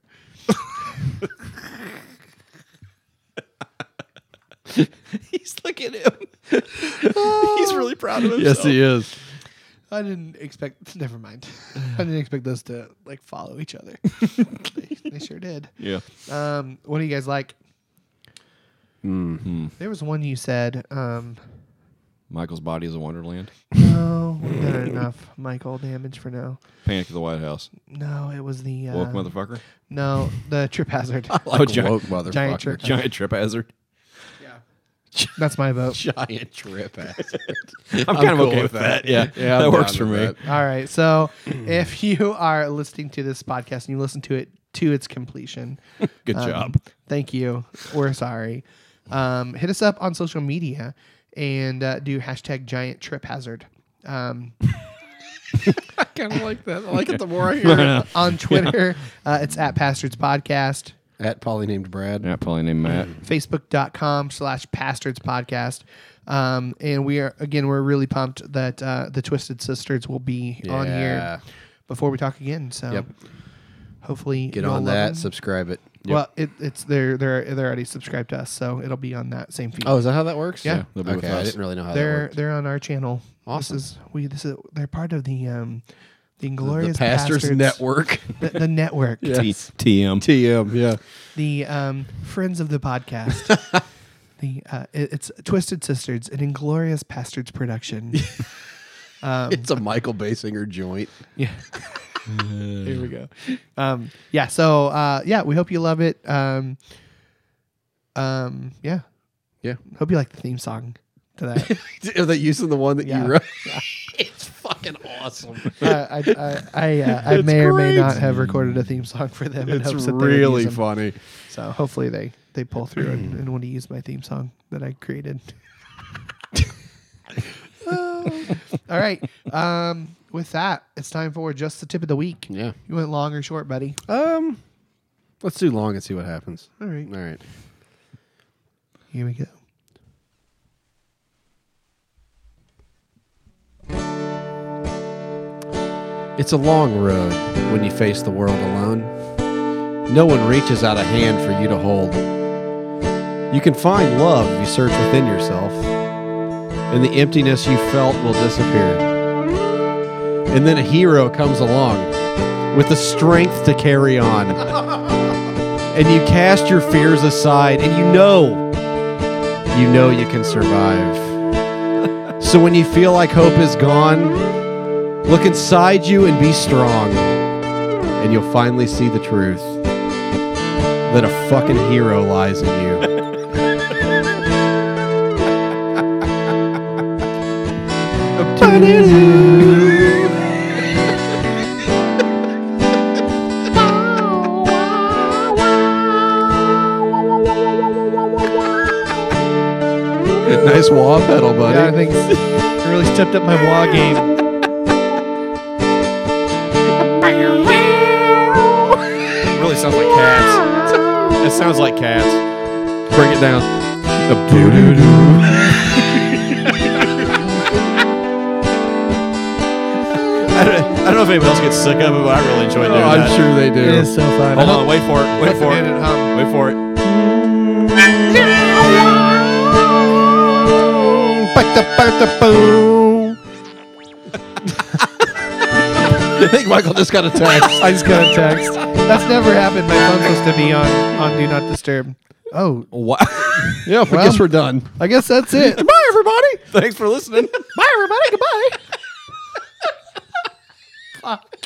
He's look at him. He's really proud of himself. Yes, he is. I didn't expect. Never mind. I didn't expect those to like follow each <laughs> other. they, they sure did. Yeah. Um, what do you guys like? Mm-hmm. There was one you said. Um, Michael's body is a wonderland. no, we've <laughs> done enough Michael damage for now. Panic at the White House. No, it was the uh, Woke motherfucker. no the trip hazard. <laughs> oh, giant, woke motherfucker. Giant trip. giant trip hazard. That's my vote. <laughs> Giant trip ass. <laughs> I'm kind of cool okay with with that. that. Yeah, Yeah, that I'm down works for with me. that. All right. <clears throat> So if you are listening to this podcast and you listen to it to its completion, <laughs> Good um, job. Thank you. We're sorry. Um, hit us up on social media and uh, do hashtag giant trip hazard. Um, <laughs> I kind of like that. I like it the more <laughs> <laughs> I I hear. know. on <laughs> Twitter, uh, it's at Pastards Podcast, At Polly named Brad. Yeah, probably named Matt. facebook.com slash Pastards Podcast. Um, and we are, again, we're really pumped that uh, the Twisted Sisters will be on Yeah. here before we talk again. So Yep. hopefully, Get you'll on love that. them. Subscribe it. Well, it, it's they're they're they're already subscribed to us, so it'll be on that same feed. Oh, is that how that works? Yeah. Yeah, they'll be with Okay. I us. didn't really know how that they're worked. they're on our channel. Awesome. This is we this is they're part of the um the The Inglorious Pastors Network. <laughs> the, the network, T- TM. TM. Yeah. the um friends of the <laughs> podcast. the uh, it- it's Twisted Sisters, an Inglorious Pastors <laughs> production. Um, It's a Michael Basinger joint. Yeah. Here we go. Um, yeah. So uh, yeah, we hope you love it. Um, um, yeah. Yeah. Hope you like the theme song to that. <laughs> <laughs> Are they using the one that Yeah. you wrote? <laughs> it's fucking <laughs> awesome. Uh, I, I, I, uh, I It's may or may great. not have recorded a theme song for them. in It's hopes that they would use really them. funny. So hopefully they, they pull through <clears throat> and, and want to use my theme song that I <laughs> created. <laughs> All right. Um, with that, it's time for just the tip of the week. Yeah. You went long or short, buddy? Um, let's do long and see what happens. All right. All right. Here we go. It's a long road when you face the world alone. No one reaches out a hand for you to hold. You can find love if you search within yourself, and the emptiness you felt will disappear. And then a hero comes along with the strength to carry on. and you cast your fears aside, and you know, you know you can survive. so when you feel like hope is gone, Look inside you and be strong, and you'll finally see the truth that a fucking hero lies in <laughs> you. nice wah pedal, buddy. Yeah, I think I really stepped up my wall game. Really sounds like cats. <laughs> It sounds like cats. Bring it down. <laughs> I don't, I don't know if anybody else gets sick of it, but I really enjoy doing I'm that. sure they do. It is so fun. <laughs> Hold on, wait for it. Wait for At it. home. Wait for it. <laughs> I think Michael just got attacked. <laughs> I just got a text. That's never happened. My phone's supposed to be on on do not disturb. Oh, Wow. yeah, I guess we're done. I guess that's <laughs> it. Bye, everybody. Thanks for listening. Bye, everybody. Goodbye.